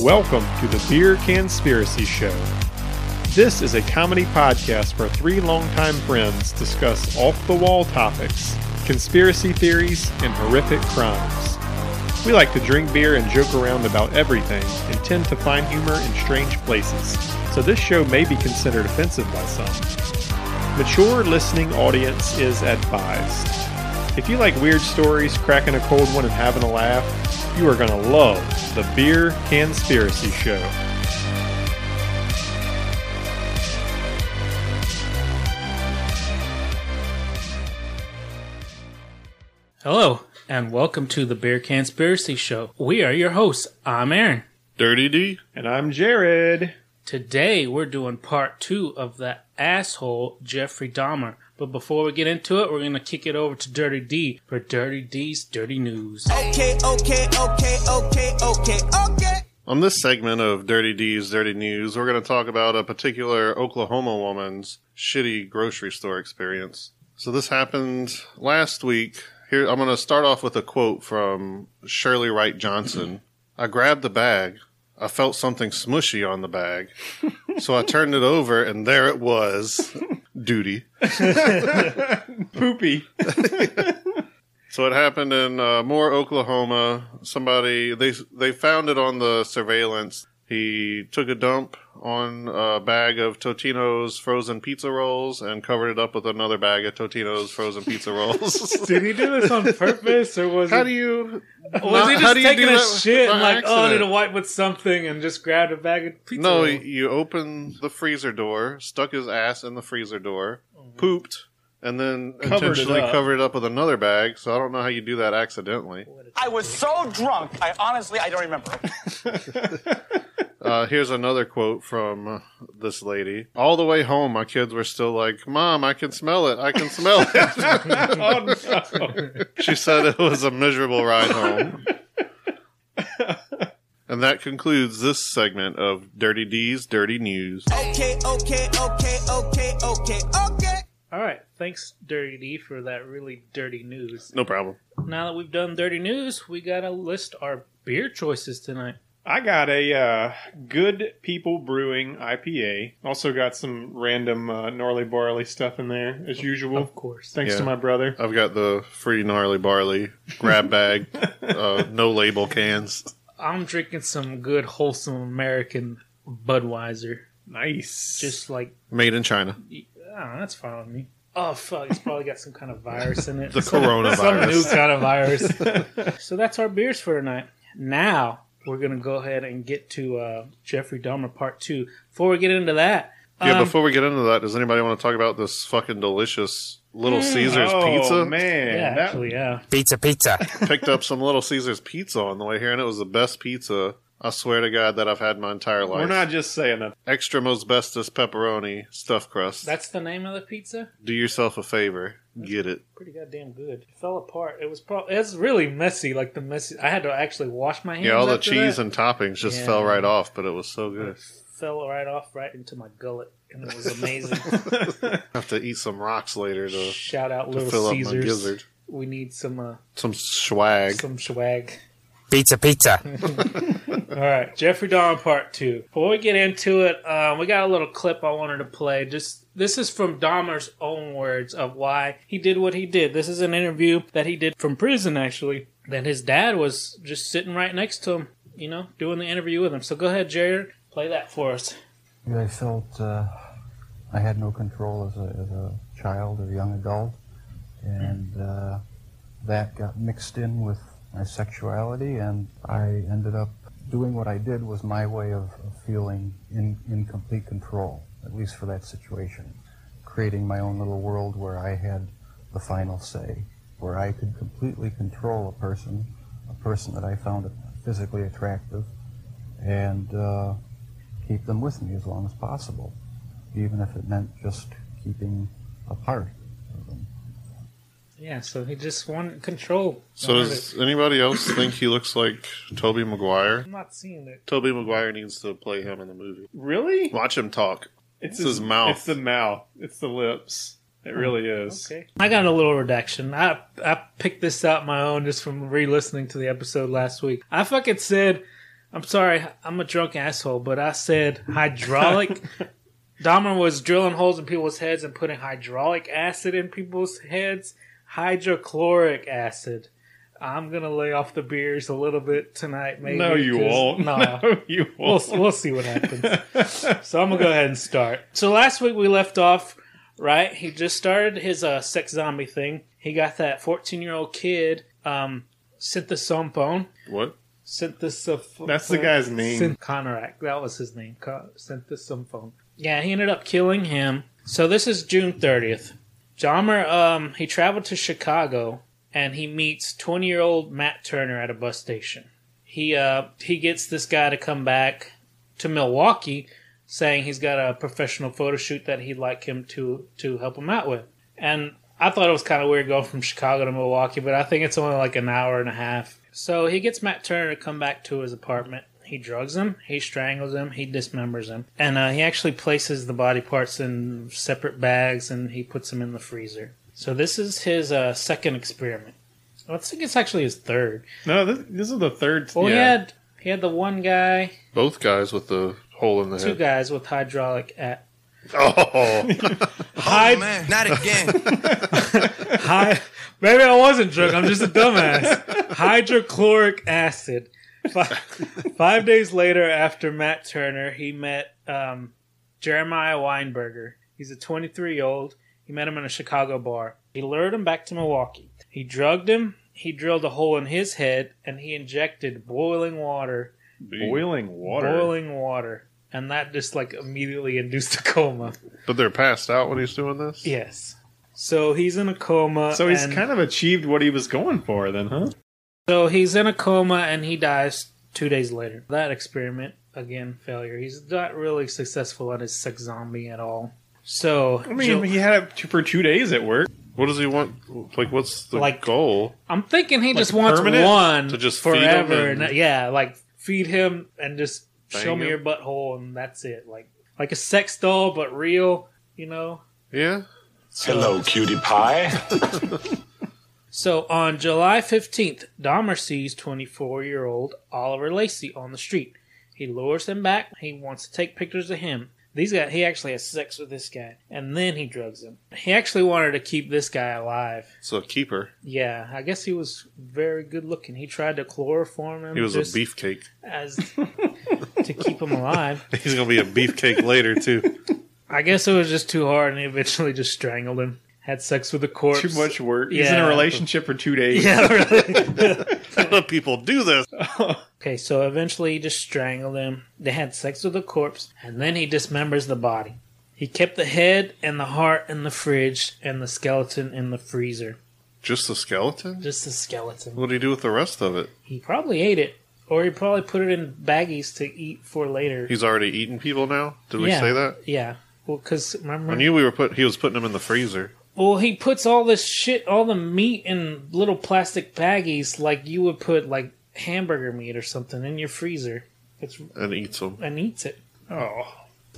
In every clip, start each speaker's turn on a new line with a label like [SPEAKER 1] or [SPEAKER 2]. [SPEAKER 1] Welcome to the Beer Conspiracy Show. This is a comedy podcast where three longtime friends discuss off the wall topics, conspiracy theories, and horrific crimes. We like to drink beer and joke around about everything and tend to find humor in strange places, so this show may be considered offensive by some. Mature listening audience is advised. If you like weird stories, cracking a cold one, and having a laugh, you are going to love the Beer Conspiracy Show.
[SPEAKER 2] Hello, and welcome to the Beer Conspiracy Show. We are your hosts. I'm Aaron.
[SPEAKER 3] Dirty D.
[SPEAKER 1] And I'm Jared.
[SPEAKER 2] Today, we're doing part two of the asshole Jeffrey Dahmer. But before we get into it, we're going to kick it over to Dirty D for Dirty D's Dirty News.
[SPEAKER 4] Okay, okay, okay, okay, okay, okay.
[SPEAKER 3] On this segment of Dirty D's Dirty News, we're going to talk about a particular Oklahoma woman's shitty grocery store experience. So this happened last week. Here, I'm going to start off with a quote from Shirley Wright Johnson. I grabbed the bag. I felt something smushy on the bag. So I turned it over, and there it was. Duty.
[SPEAKER 1] Poopy.
[SPEAKER 3] So it happened in uh, Moore, Oklahoma. Somebody they they found it on the surveillance. He took a dump on a bag of Totino's frozen pizza rolls and covered it up with another bag of Totino's frozen pizza rolls.
[SPEAKER 2] Did he do this on purpose, or was
[SPEAKER 3] how do you?
[SPEAKER 2] Was he
[SPEAKER 3] how
[SPEAKER 2] just
[SPEAKER 3] do you
[SPEAKER 2] taking
[SPEAKER 3] do
[SPEAKER 2] a
[SPEAKER 3] that
[SPEAKER 2] shit
[SPEAKER 3] by
[SPEAKER 2] and like, oh, I need to
[SPEAKER 3] accident?
[SPEAKER 2] wipe with something and just grabbed a bag of pizza?
[SPEAKER 3] No,
[SPEAKER 2] roll?
[SPEAKER 3] you you open the freezer door, stuck his ass in the freezer door, pooped, and then
[SPEAKER 1] Covered it
[SPEAKER 3] intentionally
[SPEAKER 1] up.
[SPEAKER 3] covered it up with another bag. So I don't know how you do that accidentally.
[SPEAKER 4] I was so drunk, I honestly, I don't remember.
[SPEAKER 3] Uh, here's another quote from uh, this lady. All the way home, my kids were still like, Mom, I can smell it. I can smell it.
[SPEAKER 1] oh, no.
[SPEAKER 3] she said it was a miserable ride home. and that concludes this segment of Dirty D's Dirty News.
[SPEAKER 4] Okay, okay, okay, okay, okay, okay.
[SPEAKER 2] All right, thanks, Dirty D, for that really dirty news.
[SPEAKER 3] No problem.
[SPEAKER 2] Now that we've done dirty news, we gotta list our beer choices tonight.
[SPEAKER 1] I got a uh, Good People Brewing IPA. Also got some random uh, gnarly barley stuff in there, as usual.
[SPEAKER 2] Of course.
[SPEAKER 1] Thanks
[SPEAKER 3] Oh, Yeah.
[SPEAKER 1] to my brother.
[SPEAKER 3] I've got the free gnarly barley grab bag, uh, no label cans.
[SPEAKER 2] I'm drinking some good, wholesome American Budweiser.
[SPEAKER 1] Nice.
[SPEAKER 2] Just like,
[SPEAKER 3] Made in China.
[SPEAKER 2] oh, that's fine with me. Oh, fuck, it's probably got some kind of virus in it.
[SPEAKER 3] The
[SPEAKER 2] Some- Some new
[SPEAKER 3] coronavirus.
[SPEAKER 2] kind of virus. so that's our beers for tonight. Now we're gonna go ahead and get to uh, Jeffrey Dahmer Part Two. Before we get into that,
[SPEAKER 3] Yeah,
[SPEAKER 2] um,
[SPEAKER 3] before we get into that, does anybody want to talk about this fucking delicious Little
[SPEAKER 2] Mm.
[SPEAKER 3] Caesars
[SPEAKER 1] oh,
[SPEAKER 3] pizza?
[SPEAKER 1] man.
[SPEAKER 2] yeah,
[SPEAKER 1] that-
[SPEAKER 2] actually, yeah,
[SPEAKER 5] Pizza, pizza.
[SPEAKER 3] picked up some Little Caesars pizza on the way here, and it was the best pizza I swear to God that I've had my entire life.
[SPEAKER 1] we're not just saying that.
[SPEAKER 3] extra Mosbestos pepperoni stuffed crust.
[SPEAKER 2] that's the name of the pizza.
[SPEAKER 3] Do yourself a favor, get it.
[SPEAKER 2] Pretty goddamn good. It fell apart. It was probably it's really messy. Like the messy. I had to actually wash my hands.
[SPEAKER 3] Yeah, all the
[SPEAKER 2] after
[SPEAKER 3] cheese
[SPEAKER 2] that.
[SPEAKER 3] and toppings just
[SPEAKER 2] Yeah.
[SPEAKER 3] fell right off, but it was so good.
[SPEAKER 2] fell right off right into my gullet, and it was amazing.
[SPEAKER 3] I have to eat some rocks later to,
[SPEAKER 2] Shout out
[SPEAKER 3] to
[SPEAKER 2] Little
[SPEAKER 3] fill up my
[SPEAKER 2] Caesars.
[SPEAKER 3] gizzard.
[SPEAKER 2] We need some uh,
[SPEAKER 3] Some swag.
[SPEAKER 2] some swag.
[SPEAKER 5] Pizza, pizza.
[SPEAKER 2] All right, Jeffrey Dahmer Part Two. Before we get into it, um, we got a little clip I wanted to play. Just this is from Dahmer's own words of why he did what he did. This is an interview that he did from prison, actually. That his dad was just sitting right next to him, you know, doing the interview with him. So go ahead, Jared, play that for us.
[SPEAKER 6] I felt uh, I had no control as a, as a child or young adult, and uh, that got mixed in with my sexuality, and I ended up doing what I did was my way of, of feeling in, in complete control, at least for that situation, creating my own little world where I had the final say, where I could completely control a person, a person that I found physically attractive, and. Uh, keep them with me as long as possible, even if it meant just keeping apart.
[SPEAKER 2] Yeah, so he just wanted control.
[SPEAKER 3] So does anybody else think he looks like Toby Maguire?
[SPEAKER 2] I'm not seeing it.
[SPEAKER 3] Toby Maguire needs to play him in the movie.
[SPEAKER 1] Really?
[SPEAKER 3] Watch him talk.
[SPEAKER 1] It's
[SPEAKER 3] his mouth.
[SPEAKER 1] It's the mouth. It's the lips. It really is.
[SPEAKER 2] Okay. I got a little redaction. I I picked this out my own just from re-listening to the episode last week. I fucking said, I'm sorry, I'm a drunk asshole, but I said hydraulic. Dahmer was drilling holes in people's heads and putting hydraulic acid in people's heads. Hydrochloric acid. I'm gonna lay off the beers a little bit tonight. Maybe
[SPEAKER 1] No, you
[SPEAKER 2] 'cause-
[SPEAKER 1] won't.
[SPEAKER 2] No,
[SPEAKER 1] No, you
[SPEAKER 2] we'll,
[SPEAKER 1] won't.
[SPEAKER 2] we'll see what happens. so I'm gonna go ahead and start. So last week we left off. Right, he just started his uh, sex zombie thing. He got that 14 year old kid um, synthesophone.
[SPEAKER 3] What?
[SPEAKER 2] Synthesoph-
[SPEAKER 1] That's the guy's name.
[SPEAKER 2] Syn- Conorak. That was his name. Co- Synthesophone. Yeah, he ended up killing him. So this is June 30th. Dahmer, um, he traveled to Chicago and he meets 20 year old Matt Turner at a bus station. He uh, he gets this guy to come back to Milwaukee saying he's got a professional photo shoot that he'd like him to to help him out with. And I thought it was kind of weird going from Chicago to Milwaukee, but I think it's only like an hour and a half. So he gets Matt Turner to come back to his apartment. He drugs him, he strangles him, he dismembers him, and uh, he actually places the body parts in separate bags and he puts them in the freezer. So this is his uh, second experiment. I think it's actually his third.
[SPEAKER 1] no, this, this is the third.
[SPEAKER 2] Well, he
[SPEAKER 1] yeah.
[SPEAKER 2] had he had the one guy,
[SPEAKER 3] Both guys with the hole in the
[SPEAKER 2] two
[SPEAKER 3] head.
[SPEAKER 2] guys with hydraulic at
[SPEAKER 3] Oh,
[SPEAKER 2] hyd-
[SPEAKER 4] Man, not again.
[SPEAKER 2] Hi, maybe I wasn't drunk. I'm just a dumbass. Hydrochloric acid. Five, five days later, after Matt Turner, he met um, Jeremiah Weinberger. He's a 23 year old. He met him in a Chicago bar. He lured him back to Milwaukee. He drugged him. He drilled a hole in his head, and he injected boiling water.
[SPEAKER 1] boiling water.
[SPEAKER 2] Boiling water, and that just like immediately induced a coma.
[SPEAKER 3] but they're passed out when he's doing this.
[SPEAKER 2] Yes. So he's in a coma.
[SPEAKER 1] So he's
[SPEAKER 2] and-
[SPEAKER 1] kind of achieved what he was going for, then, huh?
[SPEAKER 2] So he's in a coma and he dies two days later. That experiment, again, failure. He's not really successful at his sex zombie at all. So,
[SPEAKER 1] I mean, he had it for two days at work.
[SPEAKER 3] What does he want? Like, what's the
[SPEAKER 2] Like-
[SPEAKER 3] goal?
[SPEAKER 2] I'm thinking he just wants
[SPEAKER 1] permanent?
[SPEAKER 2] one
[SPEAKER 3] To just feed him
[SPEAKER 2] forever.
[SPEAKER 3] and-
[SPEAKER 2] and- yeah, like feed him and just
[SPEAKER 3] Bang
[SPEAKER 2] show me
[SPEAKER 3] him?
[SPEAKER 2] your butthole and that's it. Like like a sex doll, but real, you know?
[SPEAKER 3] Yeah.
[SPEAKER 7] Hello, cutie pie.
[SPEAKER 2] So on July 15th, Dahmer sees 24 year old Oliver Lacey on the street. He lures him back. He wants to take pictures of him. These guy, he actually has sex with this guy, and then he drugs him. He actually wanted to keep this guy alive.
[SPEAKER 3] So a keeper.
[SPEAKER 2] Yeah, I guess he was very good looking. He tried to chloroform him.
[SPEAKER 3] He was
[SPEAKER 2] just
[SPEAKER 3] a beefcake.
[SPEAKER 2] as to keep him alive.
[SPEAKER 3] He's gonna be a beefcake later too.
[SPEAKER 2] I guess it was just too hard, and he eventually just strangled him. Had sex with the corpse.
[SPEAKER 1] Too much work. He's in
[SPEAKER 2] Yeah.
[SPEAKER 1] a relationship for two days.
[SPEAKER 2] Yeah, really.
[SPEAKER 3] How do people do this?
[SPEAKER 2] Okay, so eventually he just strangled him. They had sex with the corpse, and then he dismembers the body. He kept the head and the heart in the fridge and the skeleton in the freezer.
[SPEAKER 3] Just the skeleton?
[SPEAKER 2] Just the skeleton.
[SPEAKER 3] What do you do with the rest of it?
[SPEAKER 2] He probably ate it, or he probably put it in baggies to eat for later.
[SPEAKER 3] He's already eating people now. Did we
[SPEAKER 2] Yeah.
[SPEAKER 3] say that?
[SPEAKER 2] Yeah. Well, because remember.
[SPEAKER 3] I knew we were put. He was putting them in the freezer.
[SPEAKER 2] well, he puts all this shit, all the meat in little plastic baggies like you would put, like, hamburger meat or something in your freezer. It's
[SPEAKER 3] and eats them.
[SPEAKER 2] and eats it.
[SPEAKER 1] Oh.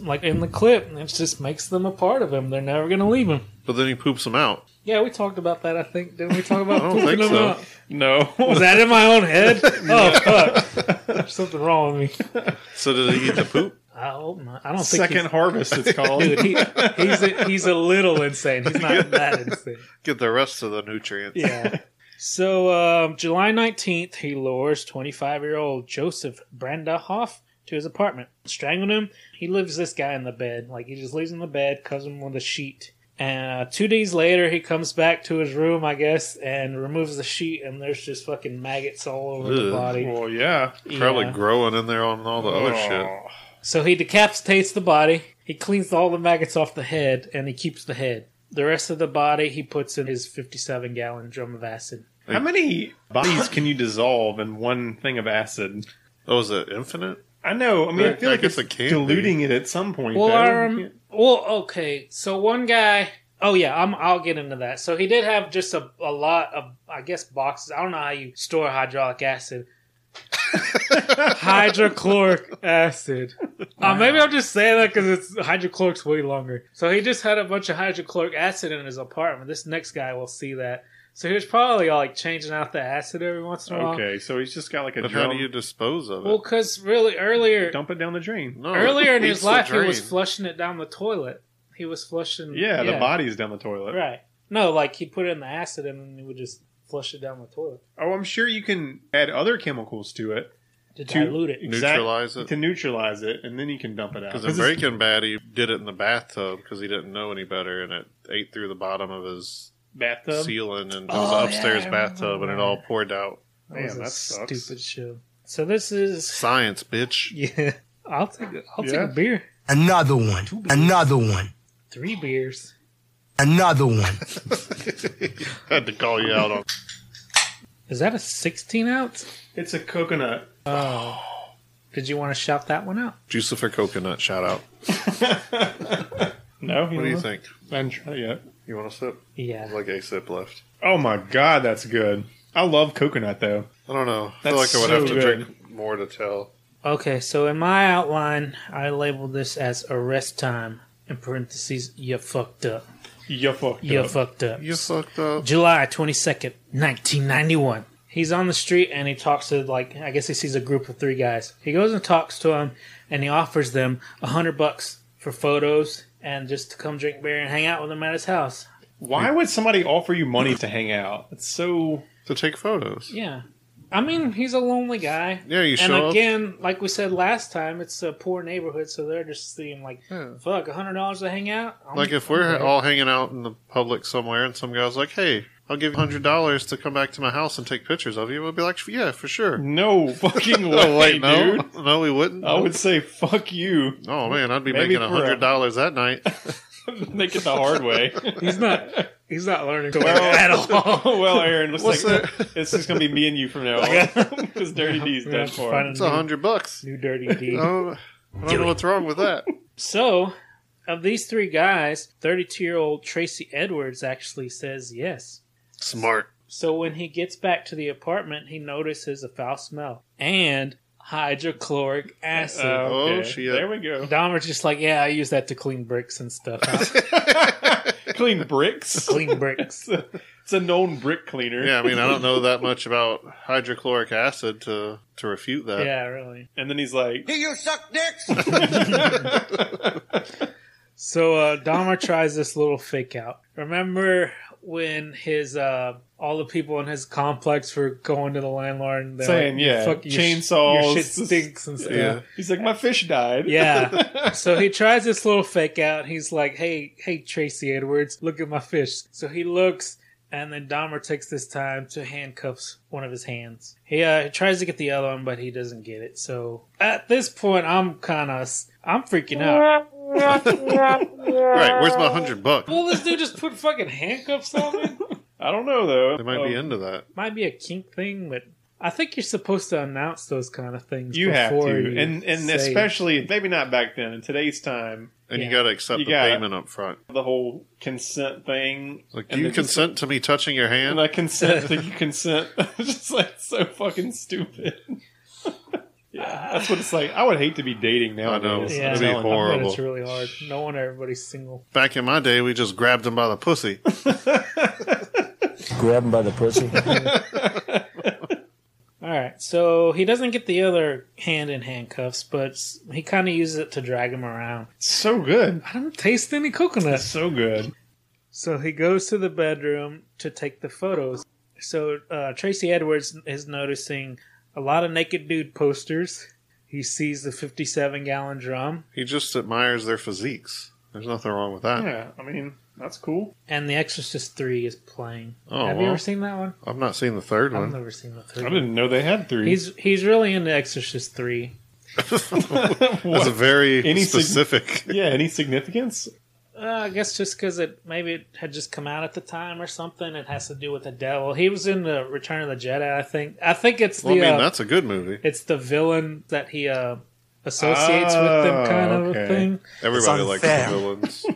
[SPEAKER 2] like in the clip, and it just makes them a part of him. They're never gonna leave him.
[SPEAKER 3] But then he poops them out.
[SPEAKER 2] Yeah, we talked about that. I think didn't we talk about
[SPEAKER 3] I don't think
[SPEAKER 2] pooping him
[SPEAKER 3] so.
[SPEAKER 2] out?
[SPEAKER 1] No.
[SPEAKER 2] Was that in my own head? oh fuck! There's something wrong with me.
[SPEAKER 3] So did he eat the poop?
[SPEAKER 2] I hope not. I don't
[SPEAKER 1] Second
[SPEAKER 2] think
[SPEAKER 1] harvest, it's called.
[SPEAKER 2] he's, dude, he, he's a, he's a little insane. He's not that insane.
[SPEAKER 3] Get the rest of the nutrients.
[SPEAKER 2] Yeah. So um, July nineteenth, he lures twenty-five-year-old Joseph Brandahoff to his apartment, strangled him. He leaves this guy in the bed, like he just leaves him in the bed, covers him with a sheet. And uh, two days later, he comes back to his room, I guess, and removes the sheet, and there's just fucking maggots all over the
[SPEAKER 3] Ugh.
[SPEAKER 2] body.
[SPEAKER 1] Well, yeah.
[SPEAKER 3] Probably
[SPEAKER 2] Yeah.
[SPEAKER 3] growing in there on all the other shit.
[SPEAKER 1] Oh.
[SPEAKER 2] So he decapitates the body, he cleans all the maggots off the head, and he keeps the head. The rest of the body he puts in his 57 gallon drum of acid.
[SPEAKER 1] How many bodies can you dissolve in one thing of acid?
[SPEAKER 3] Oh, is it infinite?
[SPEAKER 1] I know. I mean, I
[SPEAKER 3] I
[SPEAKER 1] feel like
[SPEAKER 3] guess
[SPEAKER 1] it's
[SPEAKER 3] it can be.
[SPEAKER 1] diluting it at some point.
[SPEAKER 2] Well,
[SPEAKER 1] though.
[SPEAKER 2] our,
[SPEAKER 1] You
[SPEAKER 2] um,
[SPEAKER 1] can't-
[SPEAKER 2] well, okay. So one guy. Oh yeah, I'm, I'll get into that. So he did have just a, a lot of, I guess, boxes. I don't know how you store hydraulic acid, hydrochloric acid. Uh, maybe I'm just saying that because it's hydrochloric's way longer. So he just had a bunch of hydrochloric acid in his apartment. This next guy will see that. So he was probably like changing out the acid every once in a while.
[SPEAKER 1] Okay, so he's just got like a
[SPEAKER 3] But how do
[SPEAKER 1] drum.
[SPEAKER 3] you dispose of it?
[SPEAKER 2] Well, because really earlier
[SPEAKER 1] dump it down the drain.
[SPEAKER 3] no,
[SPEAKER 2] earlier in
[SPEAKER 3] it
[SPEAKER 2] his
[SPEAKER 3] leaks
[SPEAKER 2] life,
[SPEAKER 3] the
[SPEAKER 2] he was
[SPEAKER 3] drain.
[SPEAKER 2] flushing it down the toilet. He was flushing.
[SPEAKER 1] Yeah, the body's down the toilet.
[SPEAKER 2] Right. No, like he put it in the acid and then he would just flush it down the toilet
[SPEAKER 1] Oh, I'm sure you can add other chemicals to it
[SPEAKER 2] to,
[SPEAKER 1] to
[SPEAKER 2] dilute it.
[SPEAKER 1] Exact-
[SPEAKER 3] Neutralize it.
[SPEAKER 1] to neutralize it, and then you can dump it out.
[SPEAKER 3] Because in Breaking Bad, he did it in the bathtub because he didn't know any better, and it ate through the bottom of his
[SPEAKER 1] bathtub.
[SPEAKER 3] ceiling, and it
[SPEAKER 2] Oh,
[SPEAKER 3] was
[SPEAKER 2] yeah,
[SPEAKER 3] an upstairs
[SPEAKER 2] I remember
[SPEAKER 3] bathtub, and it
[SPEAKER 2] that.
[SPEAKER 3] all poured out.
[SPEAKER 2] That was
[SPEAKER 1] Damn,
[SPEAKER 2] a
[SPEAKER 1] that sucks.
[SPEAKER 2] stupid show. So this is
[SPEAKER 3] Science, bitch.
[SPEAKER 2] yeah. I'll take a, I'll take
[SPEAKER 1] Yeah.
[SPEAKER 2] a beer,
[SPEAKER 5] Another one. Another one.
[SPEAKER 2] three beers.
[SPEAKER 5] Another one.
[SPEAKER 3] Had to call you out on.
[SPEAKER 2] Is that a sixteen ounce?
[SPEAKER 1] It's a coconut.
[SPEAKER 2] Oh, did you want to shout that one out?
[SPEAKER 3] Jucifer coconut shout out.
[SPEAKER 1] No,
[SPEAKER 3] What do you think?
[SPEAKER 1] I'm trying yet.
[SPEAKER 3] You want a sip?
[SPEAKER 2] Yeah,
[SPEAKER 3] Like a sip left.
[SPEAKER 1] Oh my god, that's good. I love coconut though.
[SPEAKER 3] I don't know. I feel like
[SPEAKER 1] That's
[SPEAKER 3] I would have
[SPEAKER 1] so
[SPEAKER 3] to
[SPEAKER 1] good.
[SPEAKER 3] drink more to tell.
[SPEAKER 2] Okay, so in my outline, I labeled this as arrest time. In parentheses, you fucked up.
[SPEAKER 1] You fucked
[SPEAKER 2] You
[SPEAKER 1] up.
[SPEAKER 2] fucked up.
[SPEAKER 3] You sucked up.
[SPEAKER 2] July 22nd, 1991. He's on the street and he talks to, like, I guess he sees a group of three guys. He goes and talks to them and he offers them a hundred bucks for photos and just to come drink beer and hang out with him at his house.
[SPEAKER 1] Why would somebody offer you money to hang out? It's so
[SPEAKER 3] To take photos.
[SPEAKER 2] Yeah. I mean, he's a lonely guy.
[SPEAKER 3] Yeah, you show
[SPEAKER 2] and
[SPEAKER 3] up.
[SPEAKER 2] again, like we said last time, it's a poor neighborhood, so they're just seeing like,
[SPEAKER 3] Yeah.
[SPEAKER 2] fuck, a hundred dollars to hang out. I'm-
[SPEAKER 3] Like if
[SPEAKER 2] I'm
[SPEAKER 3] we're
[SPEAKER 2] good.
[SPEAKER 3] all hanging out in the public somewhere and some guy's like, hey, I'll give you $100 to come back to my house and take pictures of you, we'll be like, yeah, for sure.
[SPEAKER 1] no fucking way,
[SPEAKER 3] oh, wait, no.
[SPEAKER 1] dude.
[SPEAKER 3] No, we wouldn't.
[SPEAKER 1] I would say fuck you.
[SPEAKER 3] Oh, man, I'd be
[SPEAKER 1] Maybe
[SPEAKER 3] making making
[SPEAKER 1] for a-
[SPEAKER 3] $100 that night.
[SPEAKER 1] Make it the hard way.
[SPEAKER 2] he's not, he's not learning to work at all.
[SPEAKER 1] oh well, Aaron. Looks
[SPEAKER 3] What's
[SPEAKER 1] like
[SPEAKER 3] that?
[SPEAKER 1] it's just gonna be me and you from now on because Dirty D's
[SPEAKER 2] We're gonna
[SPEAKER 1] dead
[SPEAKER 2] have to
[SPEAKER 1] for.
[SPEAKER 2] find
[SPEAKER 1] him.
[SPEAKER 3] It's a 100 bucks.
[SPEAKER 2] New dirty deed.
[SPEAKER 3] Oh, I don't know what's wrong with that.
[SPEAKER 2] So, of these three guys, 32 year old Tracy Edwards actually says yes.
[SPEAKER 3] Smart.
[SPEAKER 2] So, when he gets back to the apartment, he notices a foul smell and hydrochloric acid.
[SPEAKER 1] Okay,
[SPEAKER 3] Oh, shit.
[SPEAKER 1] There we go.
[SPEAKER 2] Dahmer's just like, yeah, I use that to clean bricks and stuff. out."
[SPEAKER 1] Clean bricks.
[SPEAKER 2] clean bricks.
[SPEAKER 1] It's a known brick cleaner.
[SPEAKER 3] Yeah, I mean, I don't know that much about hydrochloric acid to, to refute that.
[SPEAKER 2] Yeah, really.
[SPEAKER 1] And then he's like,
[SPEAKER 4] Do you suck dicks?
[SPEAKER 2] So uh, Dahmer tries this little fake out. Remember when his uh, all the people in his complex were going to the landlord and they're
[SPEAKER 1] Saying,
[SPEAKER 2] like,
[SPEAKER 1] yeah,
[SPEAKER 2] fuck, your sh-
[SPEAKER 1] chainsaws,
[SPEAKER 2] your shit stinks and stuff.
[SPEAKER 3] Yeah.
[SPEAKER 1] he's like, my fish died.
[SPEAKER 2] Yeah. So he tries this little fake out. He's like, "Hey, hey, Tracy Edwards, look at my fish." So he looks, and then Dahmer takes this time to handcuffs one of his hands. He uh, tries to get the other one, but he doesn't get it. So at this point, I'm kind of I'm freaking out.
[SPEAKER 3] Right, where's my 100 bucks?
[SPEAKER 2] Well, this dude just put fucking handcuffs on me.
[SPEAKER 1] I don't know though.
[SPEAKER 3] They might be
[SPEAKER 1] Oh,
[SPEAKER 3] into that.
[SPEAKER 2] Might be a kink thing, but. I think you're supposed to announce those kind of things.
[SPEAKER 1] You have
[SPEAKER 2] before
[SPEAKER 1] to,
[SPEAKER 2] you
[SPEAKER 1] and and
[SPEAKER 2] say-
[SPEAKER 1] especially maybe not back then. In today's time,
[SPEAKER 3] And
[SPEAKER 2] Yeah.
[SPEAKER 3] you got to accept
[SPEAKER 1] You
[SPEAKER 3] the
[SPEAKER 1] gotta-
[SPEAKER 3] payment up front.
[SPEAKER 1] the whole consent thing.
[SPEAKER 3] Like, do
[SPEAKER 1] and
[SPEAKER 3] you
[SPEAKER 1] the-
[SPEAKER 3] consent to me touching your hand?
[SPEAKER 1] And I consent that you consent. It's just like so fucking stupid. yeah, that's what it's like. I would hate to be dating now.
[SPEAKER 3] I know.
[SPEAKER 2] Yeah. I
[SPEAKER 3] It'd be
[SPEAKER 2] know, but
[SPEAKER 3] horrible.
[SPEAKER 2] it's really hard. No wonder everybody's single.
[SPEAKER 3] Back in my day, we just grabbed him by the pussy.
[SPEAKER 5] Grab him by the pussy.
[SPEAKER 2] All right, so he doesn't get the other hand in handcuffs, but s- he kind of uses it to drag him around.
[SPEAKER 1] so good.
[SPEAKER 2] I don't taste any coconut.
[SPEAKER 1] So good.
[SPEAKER 2] So he goes to the bedroom to take the photos. So uh, Tracy Edwards is noticing a lot of naked dude posters. He sees the 57 gallon drum
[SPEAKER 3] He just admires their physiques. There's nothing wrong with that.
[SPEAKER 1] Yeah, I mean that's cool.
[SPEAKER 2] and The Exorcist 3 is playing.
[SPEAKER 3] Oh,
[SPEAKER 2] Have you
[SPEAKER 3] well.
[SPEAKER 2] ever seen that one?
[SPEAKER 3] I've not seen the third
[SPEAKER 2] I've
[SPEAKER 3] one.
[SPEAKER 2] never seen the
[SPEAKER 1] I
[SPEAKER 2] third one.
[SPEAKER 1] didn't know they had three.
[SPEAKER 2] He's, he's really into Exorcist 3.
[SPEAKER 3] That's a very
[SPEAKER 1] Any sig-
[SPEAKER 3] specific.
[SPEAKER 1] yeah, any significance?
[SPEAKER 2] Uh, I guess just because it maybe it had just come out at the time or something. It has to do with the devil. He was in the Return of the Jedi. I think. I think it's the
[SPEAKER 3] well, I mean,
[SPEAKER 2] uh,
[SPEAKER 3] that's a good movie.
[SPEAKER 2] it's the villain that he uh, associates with them, kind of
[SPEAKER 1] Oh, okay.
[SPEAKER 2] a thing.
[SPEAKER 3] Everybody
[SPEAKER 5] It's
[SPEAKER 3] likes
[SPEAKER 5] unfair.
[SPEAKER 3] the villains.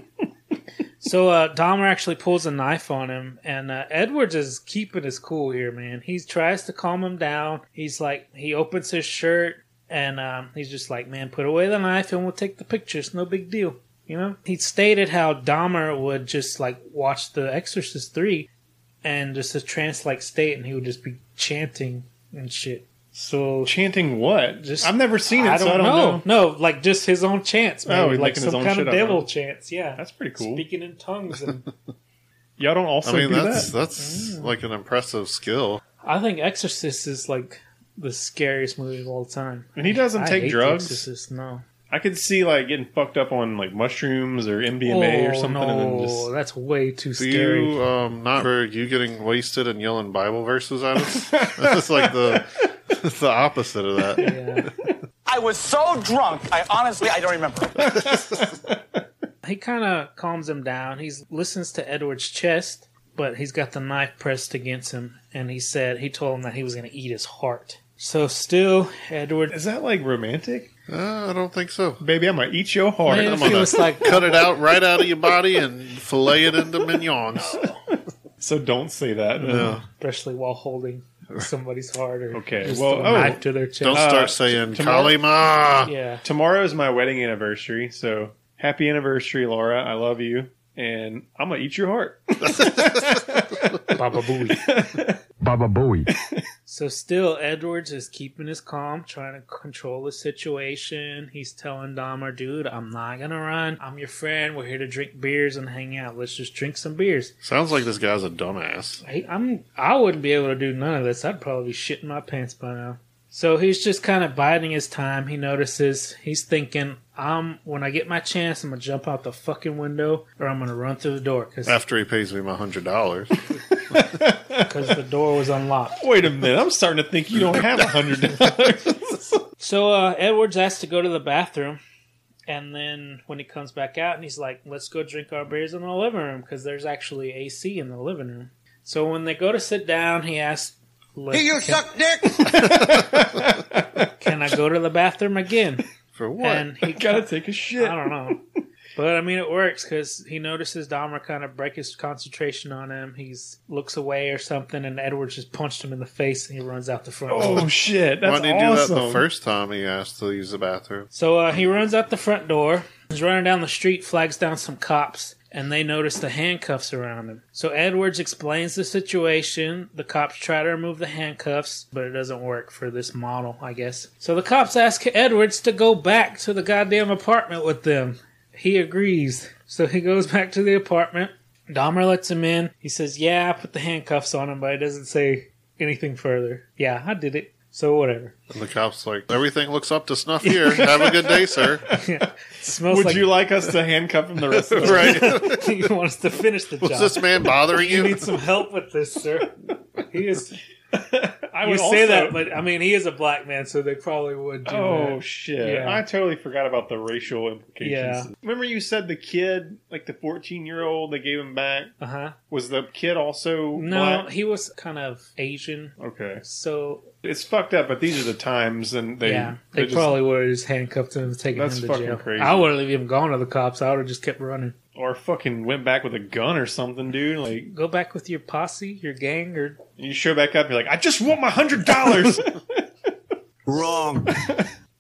[SPEAKER 2] So uh, Dahmer actually pulls a knife on him, and uh, Edwards is keeping his cool here, man. He tries to calm him down. He's like, he opens his shirt, and um, he's just like, man, put away the knife, and we'll take the pictures. No big deal. You know, he stated how Dahmer would just like watch The Exorcist three, and just a trance like state, and he would just be chanting and shit. So
[SPEAKER 1] Chanting what?
[SPEAKER 2] Just-
[SPEAKER 1] I've never seen it,
[SPEAKER 2] I don't,
[SPEAKER 1] so I don't know. Oh,
[SPEAKER 2] know. No, like just his own chants, man.
[SPEAKER 1] he's
[SPEAKER 2] like
[SPEAKER 1] making
[SPEAKER 2] some
[SPEAKER 1] his own
[SPEAKER 2] kind
[SPEAKER 1] shit
[SPEAKER 2] of
[SPEAKER 1] up, huh?
[SPEAKER 2] devil chants. Yeah,
[SPEAKER 1] That's pretty cool.
[SPEAKER 2] Speaking in tongues, and
[SPEAKER 1] Y'all don't also
[SPEAKER 3] I mean,
[SPEAKER 1] do
[SPEAKER 3] that's
[SPEAKER 1] that.
[SPEAKER 3] that's like an impressive skill.
[SPEAKER 2] I think Exorcist is like the scariest movie of all time.
[SPEAKER 1] And he doesn't
[SPEAKER 2] I
[SPEAKER 1] take
[SPEAKER 2] hate
[SPEAKER 1] drugs.
[SPEAKER 2] Exorcist, no.
[SPEAKER 1] I could see like getting fucked up on like mushrooms or MDMA
[SPEAKER 2] oh,
[SPEAKER 1] or something,
[SPEAKER 2] no,
[SPEAKER 1] and then just
[SPEAKER 2] that's way too
[SPEAKER 3] Do
[SPEAKER 2] scary.
[SPEAKER 3] you um, not for you getting wasted and yelling Bible verses at us? that's like the it's the opposite of that.
[SPEAKER 2] yeah.
[SPEAKER 4] I was so drunk, I honestly, I don't remember.
[SPEAKER 2] He kind of calms him down. He listens to Edward's chest, but he's got the knife pressed against him, and he said he told him that he was going to eat his heart. So still, Edward
[SPEAKER 1] is that like romantic?
[SPEAKER 3] Uh, I don't think so.
[SPEAKER 1] Baby, I'm gonna eat your heart.
[SPEAKER 2] Man,
[SPEAKER 1] I'm
[SPEAKER 2] if
[SPEAKER 1] gonna-
[SPEAKER 2] he was like,
[SPEAKER 3] Cut it out right out of your body and fillet it into mignons.
[SPEAKER 1] So don't say that.
[SPEAKER 3] Yeah.
[SPEAKER 2] especially while holding somebody's heart or
[SPEAKER 1] Okay,
[SPEAKER 2] just
[SPEAKER 1] well,
[SPEAKER 2] a
[SPEAKER 1] oh,
[SPEAKER 2] knife to their chest.
[SPEAKER 3] Don't
[SPEAKER 1] Uh,
[SPEAKER 3] start saying
[SPEAKER 1] tomorrow-
[SPEAKER 3] Kalima.
[SPEAKER 2] yeah,
[SPEAKER 1] Tomorrow is my wedding anniversary, so happy anniversary, Laura. I love you, and I'm gonna eat your heart.
[SPEAKER 2] Baba Booey.
[SPEAKER 6] Baba Bowie.
[SPEAKER 2] So still, Edwards is keeping his calm, trying to control the situation. He's telling Dahmer, "Dude, I'm not gonna run. I'm your friend. We're here to drink beers and hang out. Let's just drink some beers."
[SPEAKER 3] Sounds like this guy's a dumbass.
[SPEAKER 2] I, I'm I wouldn't be able to do none of this. I'd probably be shitting my pants by now. So he's just kind of biding his time. He notices he's thinking, "I'm when I get my chance, I'm gonna jump out the fucking window or I'm gonna run through the door because
[SPEAKER 3] After he pays me my hundred dollars.
[SPEAKER 2] the door was unlocked."
[SPEAKER 1] Wait a minute, I'm starting to think you don't have a hundred dollars.
[SPEAKER 2] So uh, Edwards asked to go to the bathroom, and then when he comes back out, and he's like, "Let's go drink our beers in the living room because there's actually AC in the living room." So when they go to sit down, he asks, like,
[SPEAKER 4] You
[SPEAKER 2] can,
[SPEAKER 4] suck dick!
[SPEAKER 2] "Can I go to the bathroom again?"
[SPEAKER 3] For what?
[SPEAKER 2] And he
[SPEAKER 1] Gotta take a shit.
[SPEAKER 2] I don't know. But I mean, it works because he notices Dahmer kind of break his concentration on him. He's looks away or something, and Edwards just punched him in the face, and he runs out the front. door.
[SPEAKER 1] Oh shit, that's
[SPEAKER 3] Why did he
[SPEAKER 1] awesome.
[SPEAKER 3] do that the first time he asked to use the bathroom?
[SPEAKER 2] So uh, he runs out the front door. He's running down the street, flags down some cops, and they notice the handcuffs around him. So Edwards explains the situation. The cops try to remove the handcuffs, but it doesn't work for this model, I guess. So the cops ask Edwards to go back to the goddamn apartment with them. He agrees. So he goes back to the apartment. Dahmer lets him in. He says, Yeah, I put the handcuffs on him, but he doesn't say anything further. Yeah, I did it. So whatever.
[SPEAKER 3] And the cop's like, Everything looks up to snuff here. Have a good day, sir.
[SPEAKER 2] smells
[SPEAKER 1] Would
[SPEAKER 2] like
[SPEAKER 1] you like us to handcuff him the rest of the
[SPEAKER 3] Right.
[SPEAKER 2] you want us to finish the job.
[SPEAKER 3] Was this man bothering
[SPEAKER 2] you
[SPEAKER 3] you?
[SPEAKER 2] need some help with this, sir. He is.
[SPEAKER 1] I
[SPEAKER 2] You
[SPEAKER 1] would
[SPEAKER 2] say that,
[SPEAKER 1] also-
[SPEAKER 2] but I mean, he is a black man, so they probably would. Do
[SPEAKER 1] Oh
[SPEAKER 2] that.
[SPEAKER 1] shit!
[SPEAKER 2] Yeah.
[SPEAKER 1] I totally forgot about the racial implications.
[SPEAKER 2] Yeah.
[SPEAKER 1] Remember you said the kid, like the fourteen-year-old, they gave him back.
[SPEAKER 2] uh huh.
[SPEAKER 1] Was the kid also
[SPEAKER 2] No,
[SPEAKER 1] black?
[SPEAKER 2] he was kind of Asian,
[SPEAKER 1] Okay,
[SPEAKER 2] so
[SPEAKER 1] it's fucked up, but these are the times, and they
[SPEAKER 2] yeah, they,
[SPEAKER 1] just-
[SPEAKER 2] probably would have just handcuffed him and taken him
[SPEAKER 1] That's
[SPEAKER 2] to
[SPEAKER 1] fucking
[SPEAKER 2] jail.
[SPEAKER 1] crazy.
[SPEAKER 2] I would have even gone to the cops. I would have just kept running.
[SPEAKER 1] or fucking went back with a gun or something, dude. Like
[SPEAKER 2] Go back with your posse, your gang, or
[SPEAKER 1] you show back up, you're like, I just want my hundred dollars.
[SPEAKER 5] Wrong.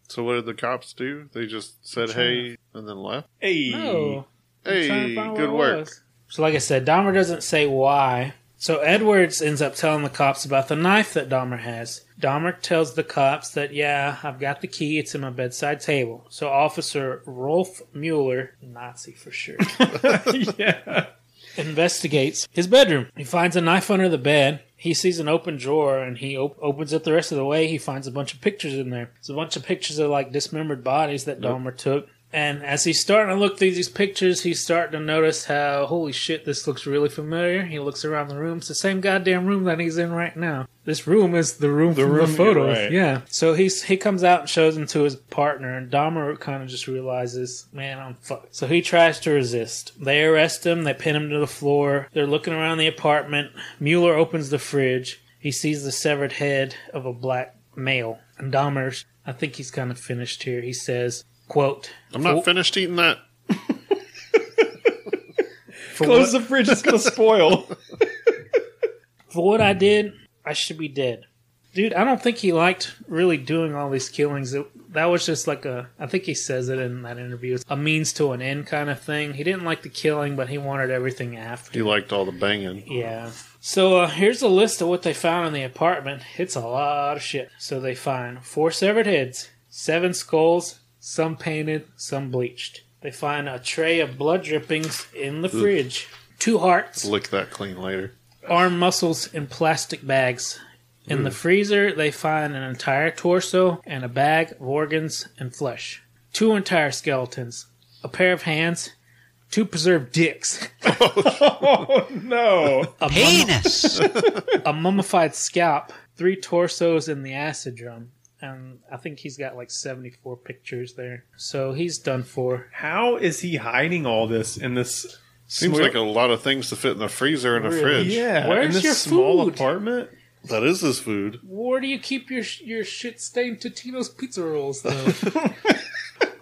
[SPEAKER 3] So what did the cops do? They just said hey and then left?
[SPEAKER 1] hey,
[SPEAKER 2] no. I'm trying
[SPEAKER 3] Hey,
[SPEAKER 2] to find
[SPEAKER 3] good
[SPEAKER 2] what it
[SPEAKER 3] work.
[SPEAKER 2] was. So, like I said, Dahmer doesn't say why. So Edwards ends up telling the cops about the knife that Dahmer has. Dahmer tells the cops that, yeah, I've got the key. It's in my bedside table. So Officer Rolf Mueller, Nazi for sure,
[SPEAKER 1] yeah.
[SPEAKER 2] investigates his bedroom. He finds a knife under the bed. He sees an open drawer and he op- opens it the rest of the way. He finds a bunch of pictures in there. It's a bunch of pictures of like dismembered bodies that Dahmer took. And as he's starting to look through these pictures, he's starting to notice how, holy shit, this looks really familiar. He looks around the room. It's the same goddamn room that he's in right now. This room is the room from
[SPEAKER 1] room,
[SPEAKER 2] the
[SPEAKER 1] you're
[SPEAKER 2] photos.
[SPEAKER 1] right.
[SPEAKER 2] Yeah. So he's he comes out and shows them to his partner, and Dahmer kind of just realizes, man, I'm fucked. So he tries to resist. They arrest him. They pin him to the floor. They're looking around the apartment. Mueller opens the fridge. He sees the severed head of a black male. And Dahmer's, I think he's kind of finished here. He says, "Quote."
[SPEAKER 3] I'm not
[SPEAKER 2] "Fool-
[SPEAKER 3] finished eating that.
[SPEAKER 2] for
[SPEAKER 1] Close
[SPEAKER 2] what,
[SPEAKER 1] the fridge, it's gonna spoil.
[SPEAKER 2] for what I did, I should be dead. Dude, I don't think he liked really doing all these killings. It, that was just like a, I think he says it in that interview, it's a means to an end kind of thing. He didn't like the killing, but he wanted everything after.
[SPEAKER 3] He liked all the banging.
[SPEAKER 2] Yeah. So uh, here's a list of what they found in the apartment. It's a lot of shit. So they find four severed heads, seven skulls, some painted, some bleached. They find a tray of blood drippings in the fridge, two hearts,
[SPEAKER 3] Lick that clean later.
[SPEAKER 2] arm muscles in plastic bags. In the freezer, they find an entire torso and a bag of organs and flesh, two entire skeletons, a pair of hands, two preserved dicks.
[SPEAKER 1] oh no!
[SPEAKER 2] a
[SPEAKER 5] Penis.
[SPEAKER 2] a mummified scalp, three torsos in the acid drum. And I think he's got like 74 pictures there. So he's done for.
[SPEAKER 1] How is he hiding all this in this?
[SPEAKER 3] Seems
[SPEAKER 1] Swear-
[SPEAKER 3] like a lot of things to fit in the freezer and a
[SPEAKER 2] Really?
[SPEAKER 3] fridge.
[SPEAKER 1] Yeah, in
[SPEAKER 2] Where's
[SPEAKER 1] this
[SPEAKER 2] your
[SPEAKER 1] small
[SPEAKER 2] food?
[SPEAKER 1] apartment.
[SPEAKER 3] That is his food.
[SPEAKER 2] Where do you keep your your shit stained Totino's pizza rolls, though?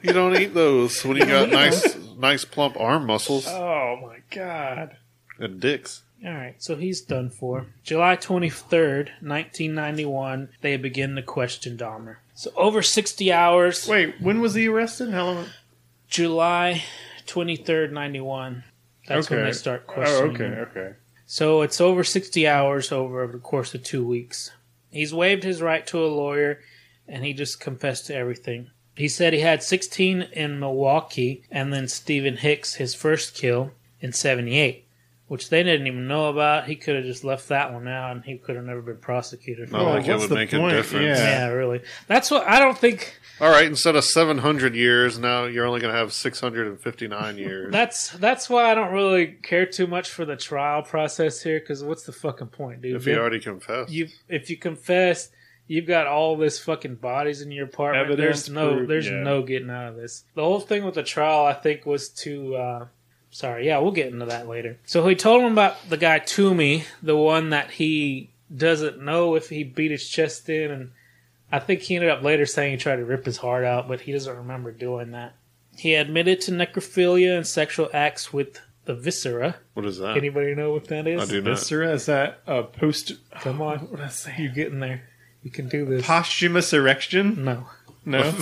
[SPEAKER 3] You don't eat those when you got nice, nice plump arm muscles
[SPEAKER 1] Oh my god!
[SPEAKER 3] and dicks.
[SPEAKER 2] All right, so he's done for. July 23rd, 1991, they begin to question Dahmer. So over 60 hours,
[SPEAKER 1] Wait, when was he arrested? How long?
[SPEAKER 2] July 23rd, 91. That's when
[SPEAKER 1] Okay.
[SPEAKER 2] they start
[SPEAKER 1] Oh,
[SPEAKER 2] questioning.
[SPEAKER 1] okay,
[SPEAKER 2] him.
[SPEAKER 1] okay.
[SPEAKER 2] So it's over 60 hours over the course of two weeks. He's waived his right to a lawyer and he just confessed to everything. He said he had 16 in Milwaukee and then Stephen Hicks, his first kill, in 78, which they didn't even know about. He could have just left that one out and he could have never been prosecuted for
[SPEAKER 3] Not
[SPEAKER 1] Oh,
[SPEAKER 3] like it
[SPEAKER 1] what's
[SPEAKER 3] would
[SPEAKER 1] the
[SPEAKER 3] make
[SPEAKER 1] point?
[SPEAKER 3] a difference.
[SPEAKER 1] Yeah.
[SPEAKER 2] Yeah, really. That's what I don't think.
[SPEAKER 3] All right, instead of 700 years, now you're only going to have 659 years.
[SPEAKER 2] That's that's why I don't really care too much for the trial process here. Because what's the fucking point, dude?
[SPEAKER 3] if he already confessed.
[SPEAKER 2] you if you confess you've got all this fucking bodies in your apartment
[SPEAKER 1] Evidence,
[SPEAKER 2] there's no
[SPEAKER 1] proof,
[SPEAKER 2] there's
[SPEAKER 1] yeah.
[SPEAKER 2] no getting out of this the whole thing with the trial i think was to uh sorry yeah we'll get into that later so he told him about the guy toomey the one that he doesn't know if he beat his chest in and i think he ended up later saying he tried to rip his heart out but he doesn't remember doing that he admitted to necrophilia and sexual acts with the viscera
[SPEAKER 3] what is that?
[SPEAKER 2] anybody know what that is
[SPEAKER 3] I do not.
[SPEAKER 1] Viscera is that a post
[SPEAKER 2] Come on, what I say? You getting there? You can do this.
[SPEAKER 1] posthumous erection?
[SPEAKER 2] no,
[SPEAKER 1] No.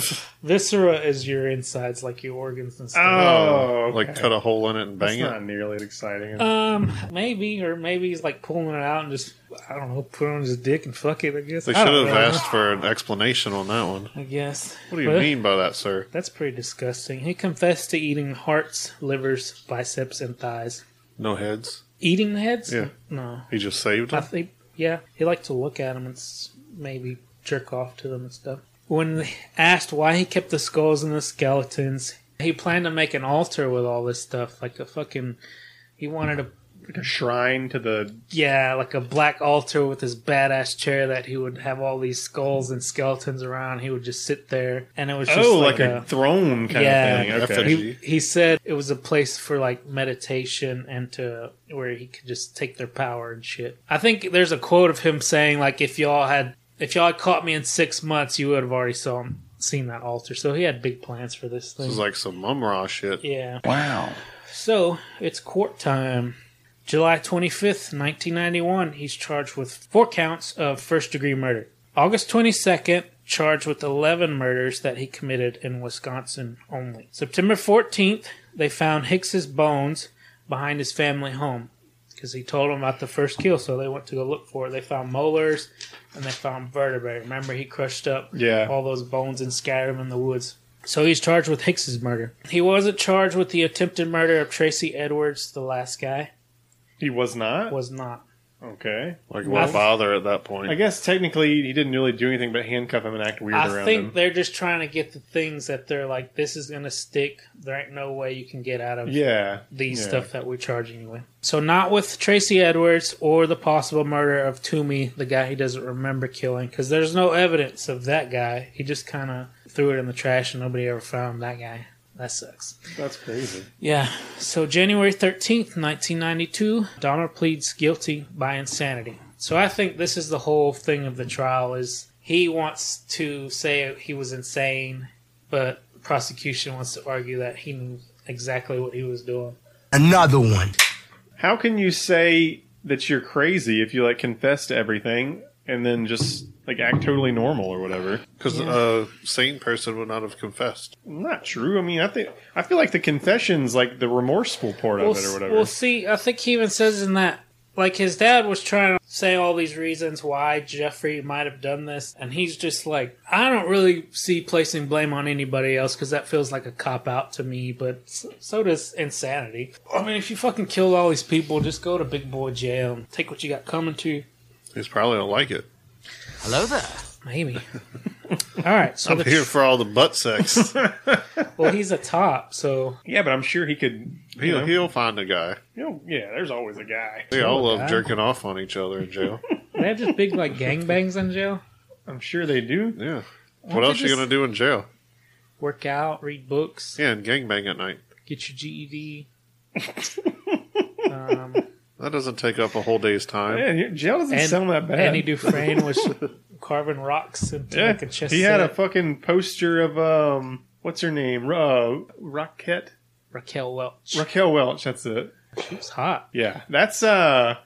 [SPEAKER 2] viscera is your insides, like your organs and stuff.
[SPEAKER 1] oh, okay.
[SPEAKER 3] Like cut a hole in it and
[SPEAKER 1] That's
[SPEAKER 3] bang it?
[SPEAKER 1] not nearly as exciting.
[SPEAKER 3] Oh.
[SPEAKER 2] Um, maybe or maybe he's like pulling it out and just I don't know, put it on his dick and fuck it. I guess
[SPEAKER 3] They
[SPEAKER 2] I
[SPEAKER 3] should
[SPEAKER 2] don't
[SPEAKER 3] have
[SPEAKER 2] know.
[SPEAKER 3] asked for an explanation on that one.
[SPEAKER 2] I guess.
[SPEAKER 3] What do you
[SPEAKER 2] But
[SPEAKER 3] mean by that, sir?
[SPEAKER 2] That's pretty disgusting. He confessed to eating hearts, livers, biceps, and thighs.
[SPEAKER 3] No heads?
[SPEAKER 2] Eating the heads?
[SPEAKER 3] Yeah.
[SPEAKER 2] No.
[SPEAKER 3] He just saved
[SPEAKER 2] I
[SPEAKER 3] them?
[SPEAKER 2] think, yeah, he liked to look at them and s- maybe jerk off to them and stuff. When asked why he kept the skulls and the skeletons, he planned to make an altar with all this stuff, like a fucking. He wanted a
[SPEAKER 1] like a shrine to the
[SPEAKER 2] yeah, like a black altar with his badass chair that he would have all these skulls and skeletons around. He would just sit there, and it was just
[SPEAKER 1] oh,
[SPEAKER 2] like,
[SPEAKER 1] like, a, throne kind of
[SPEAKER 2] Yeah.
[SPEAKER 1] thing. Okay.
[SPEAKER 3] Effigy.
[SPEAKER 2] he, he said it was a place for like meditation and to where he could just take their power and shit. I think there's a quote of him saying like if y'all had if y'all had caught me in six months, you would have already saw seen that altar. So he had big plans for this
[SPEAKER 3] This
[SPEAKER 2] thing.
[SPEAKER 3] is like some mum rah shit.
[SPEAKER 2] yeah.
[SPEAKER 6] Wow.
[SPEAKER 2] So it's court time. July 25th, 1991, he's charged with four counts of first degree murder. August 22nd, charged with 11 murders that he committed in Wisconsin only. September 14th, they found Hicks's bones behind his family home because he told them about the first kill, so they went to go look for it. They found molars and they found vertebrae. Remember, he crushed up
[SPEAKER 1] Yeah.
[SPEAKER 2] all those bones and scattered them in the woods. So he's charged with Hicks's murder. He wasn't charged with the attempted murder of Tracy Edwards, the last guy.
[SPEAKER 1] He was not?
[SPEAKER 2] Was not.
[SPEAKER 1] okay.
[SPEAKER 3] Like, why
[SPEAKER 2] I-
[SPEAKER 3] bother at that point?
[SPEAKER 1] I guess technically he didn't really do anything but handcuff him and act weird
[SPEAKER 2] I
[SPEAKER 1] around
[SPEAKER 2] think
[SPEAKER 1] him.
[SPEAKER 2] they're just trying to get the things that they're like, this is going to stick. There ain't no way you can get out of
[SPEAKER 1] Yeah.
[SPEAKER 2] the
[SPEAKER 1] yeah.
[SPEAKER 2] stuff that we're charging you with. So, not with Tracy Edwards or the possible murder of Toomey, the guy he doesn't remember killing, because there's no evidence of that guy. He just kind of threw it in the trash and nobody ever found that guy. That sucks.
[SPEAKER 1] That's crazy.
[SPEAKER 2] Yeah. So January 13th, 1992, Donner pleads guilty by insanity. So I think this is the whole thing of the trial is he wants to say he was insane, but prosecution wants to argue that he knew exactly what he was doing.
[SPEAKER 5] Another one.
[SPEAKER 1] How can you say that you're crazy if you like confess to everything and then just like act totally normal or whatever?
[SPEAKER 3] Because a uh, sane person would not have confessed.
[SPEAKER 1] Not true. I mean, I think I feel like the confession's like the remorseful part
[SPEAKER 2] Well,
[SPEAKER 1] of it or
[SPEAKER 2] s-
[SPEAKER 1] whatever.
[SPEAKER 2] well, see, I think he even says in that, like, his dad was trying to say all these reasons why Jeffrey might have done this, and he's just like, I don't really see placing blame on anybody else because that feels like a cop out to me, but so, so does insanity. I mean, if you fucking killed all these people, just go to big boy jail and take what you got coming to you.
[SPEAKER 3] He's probably don't like it.
[SPEAKER 5] Hello there.
[SPEAKER 2] Maybe. all right, so
[SPEAKER 3] I'm
[SPEAKER 2] the
[SPEAKER 3] here
[SPEAKER 2] tr-
[SPEAKER 3] for all the butt sex.
[SPEAKER 2] well, he's a top, so
[SPEAKER 1] yeah, but I'm sure he could. You
[SPEAKER 3] he'll,
[SPEAKER 1] know,
[SPEAKER 3] he'll find a guy.
[SPEAKER 1] you know, yeah, there's always a guy.
[SPEAKER 3] They all love
[SPEAKER 2] guy.
[SPEAKER 3] jerking off on each other in jail.
[SPEAKER 2] they have just big like gangbangs in jail.
[SPEAKER 1] I'm sure they do.
[SPEAKER 3] Yeah.
[SPEAKER 2] don't
[SPEAKER 3] what else
[SPEAKER 2] they
[SPEAKER 3] you
[SPEAKER 2] just-
[SPEAKER 3] gonna do in jail?
[SPEAKER 2] Work out, read books,
[SPEAKER 3] Yeah, and gangbang at night.
[SPEAKER 2] get your E GED.
[SPEAKER 3] That doesn't take up a whole day's time.
[SPEAKER 1] Yeah, jail doesn't sound that bad.
[SPEAKER 2] Andy Dufresne was carving rocks into
[SPEAKER 1] Yeah,
[SPEAKER 2] like a chest.
[SPEAKER 1] he had a
[SPEAKER 2] set.
[SPEAKER 1] fucking poster of um, what's her name? Uh, Rockette
[SPEAKER 2] Raquel Welch.
[SPEAKER 1] Raquel Welch. That's it.
[SPEAKER 2] she was hot.
[SPEAKER 1] Yeah, that's uh,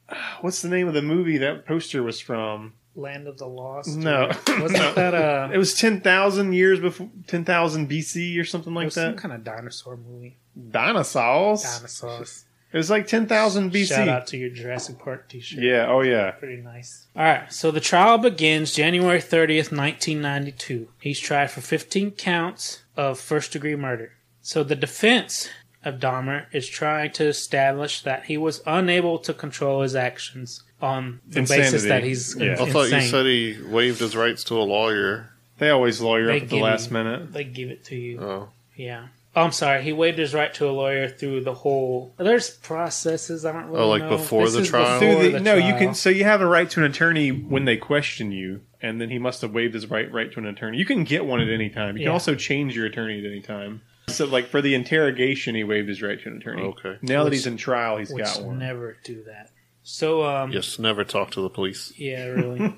[SPEAKER 1] what's the name of the movie that poster was from?
[SPEAKER 2] Land of the Lost.
[SPEAKER 1] No,
[SPEAKER 2] wasn't that uh, a
[SPEAKER 1] it was ten thousand years before ten thousand BC or something
[SPEAKER 2] it
[SPEAKER 1] like
[SPEAKER 2] was some
[SPEAKER 1] that.
[SPEAKER 2] kind of dinosaur movie?
[SPEAKER 1] Dinosaurs.
[SPEAKER 2] Dinosaurs.
[SPEAKER 1] It was like ten thousand BC.
[SPEAKER 2] Shout out to your Jurassic Park T-shirt.
[SPEAKER 1] Yeah. Oh yeah.
[SPEAKER 2] Pretty nice. All right, so the trial begins January 30th, 1992. He's tried for 15 counts of first degree murder. So the defense of Dahmer is trying to establish that he was unable to control his actions on the basis
[SPEAKER 1] Insanity.
[SPEAKER 2] that he's
[SPEAKER 1] Yeah. I
[SPEAKER 3] I thought
[SPEAKER 2] insane.
[SPEAKER 3] you said he waived his rights to a lawyer.
[SPEAKER 1] They always lawyer
[SPEAKER 2] They
[SPEAKER 1] up at the
[SPEAKER 2] give
[SPEAKER 1] last
[SPEAKER 2] you-
[SPEAKER 1] minute.
[SPEAKER 2] They give it to you.
[SPEAKER 3] Oh.
[SPEAKER 2] Yeah. Oh, I'm sorry. He waived his right to a lawyer through the whole. There's processes. I don't really.
[SPEAKER 3] Oh, like
[SPEAKER 2] know.
[SPEAKER 3] before
[SPEAKER 2] This
[SPEAKER 3] the
[SPEAKER 2] is
[SPEAKER 3] trial?
[SPEAKER 2] before
[SPEAKER 1] Through the-
[SPEAKER 2] the
[SPEAKER 1] no, you
[SPEAKER 2] trial.
[SPEAKER 1] can. So you have a right to an attorney when they question you, and then he must have waived his right right to an attorney. You can get one at any time. You
[SPEAKER 2] Yeah.
[SPEAKER 1] can also change your attorney at any time. So, like for the interrogation, he waived his right to an attorney.
[SPEAKER 3] Okay.
[SPEAKER 1] Now that he's in trial, he's
[SPEAKER 2] Which
[SPEAKER 1] got one.
[SPEAKER 2] never do that. So um.
[SPEAKER 3] Yes, never talk to the police.
[SPEAKER 2] Yeah, really.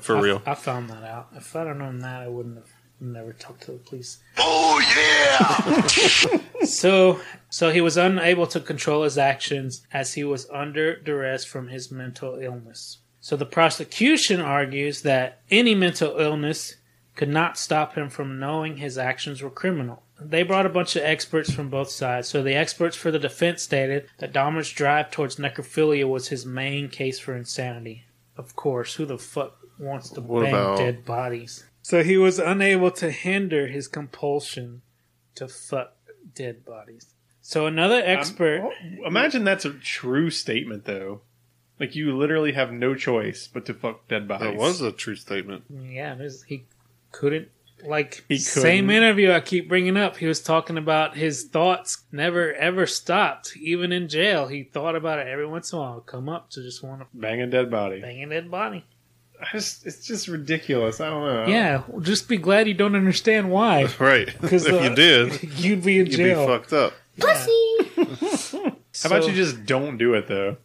[SPEAKER 3] For
[SPEAKER 2] I,
[SPEAKER 3] real.
[SPEAKER 2] I found that out. If I'd have known that, I wouldn't have never talked to the police.
[SPEAKER 7] Oh, yeah!
[SPEAKER 2] So, so he was unable to control his actions as he was under duress from his mental illness. So the prosecution argues that any mental illness could not stop him from knowing his actions were criminal. They brought a bunch of experts from both sides. So the experts for the defense stated that Dahmer's drive towards necrophilia was his main case for insanity. Of course, who the fuck wants to
[SPEAKER 3] What
[SPEAKER 2] bang
[SPEAKER 3] about-
[SPEAKER 2] dead bodies? So he was unable to hinder his compulsion to fuck dead bodies. So another expert,
[SPEAKER 1] Um, imagine that's a true statement, though. Like you literally have no choice but to fuck dead bodies.
[SPEAKER 3] That was a true statement.
[SPEAKER 2] yeah, this- he couldn't like
[SPEAKER 1] He
[SPEAKER 2] same
[SPEAKER 1] couldn't.
[SPEAKER 2] interview I keep bringing up. He was talking about his thoughts never ever stopped, even in jail. He thought about it every once in a while. Come up to just want to
[SPEAKER 1] bang a dead body.
[SPEAKER 2] bang a dead body.
[SPEAKER 1] I just, it's just ridiculous. I don't know.
[SPEAKER 2] Yeah, well, just be glad you don't understand why.
[SPEAKER 3] Right. if
[SPEAKER 2] uh,
[SPEAKER 3] you did,
[SPEAKER 2] You'd be in
[SPEAKER 3] you'd
[SPEAKER 2] jail.
[SPEAKER 3] be fucked up.
[SPEAKER 1] How about you just don't do it though?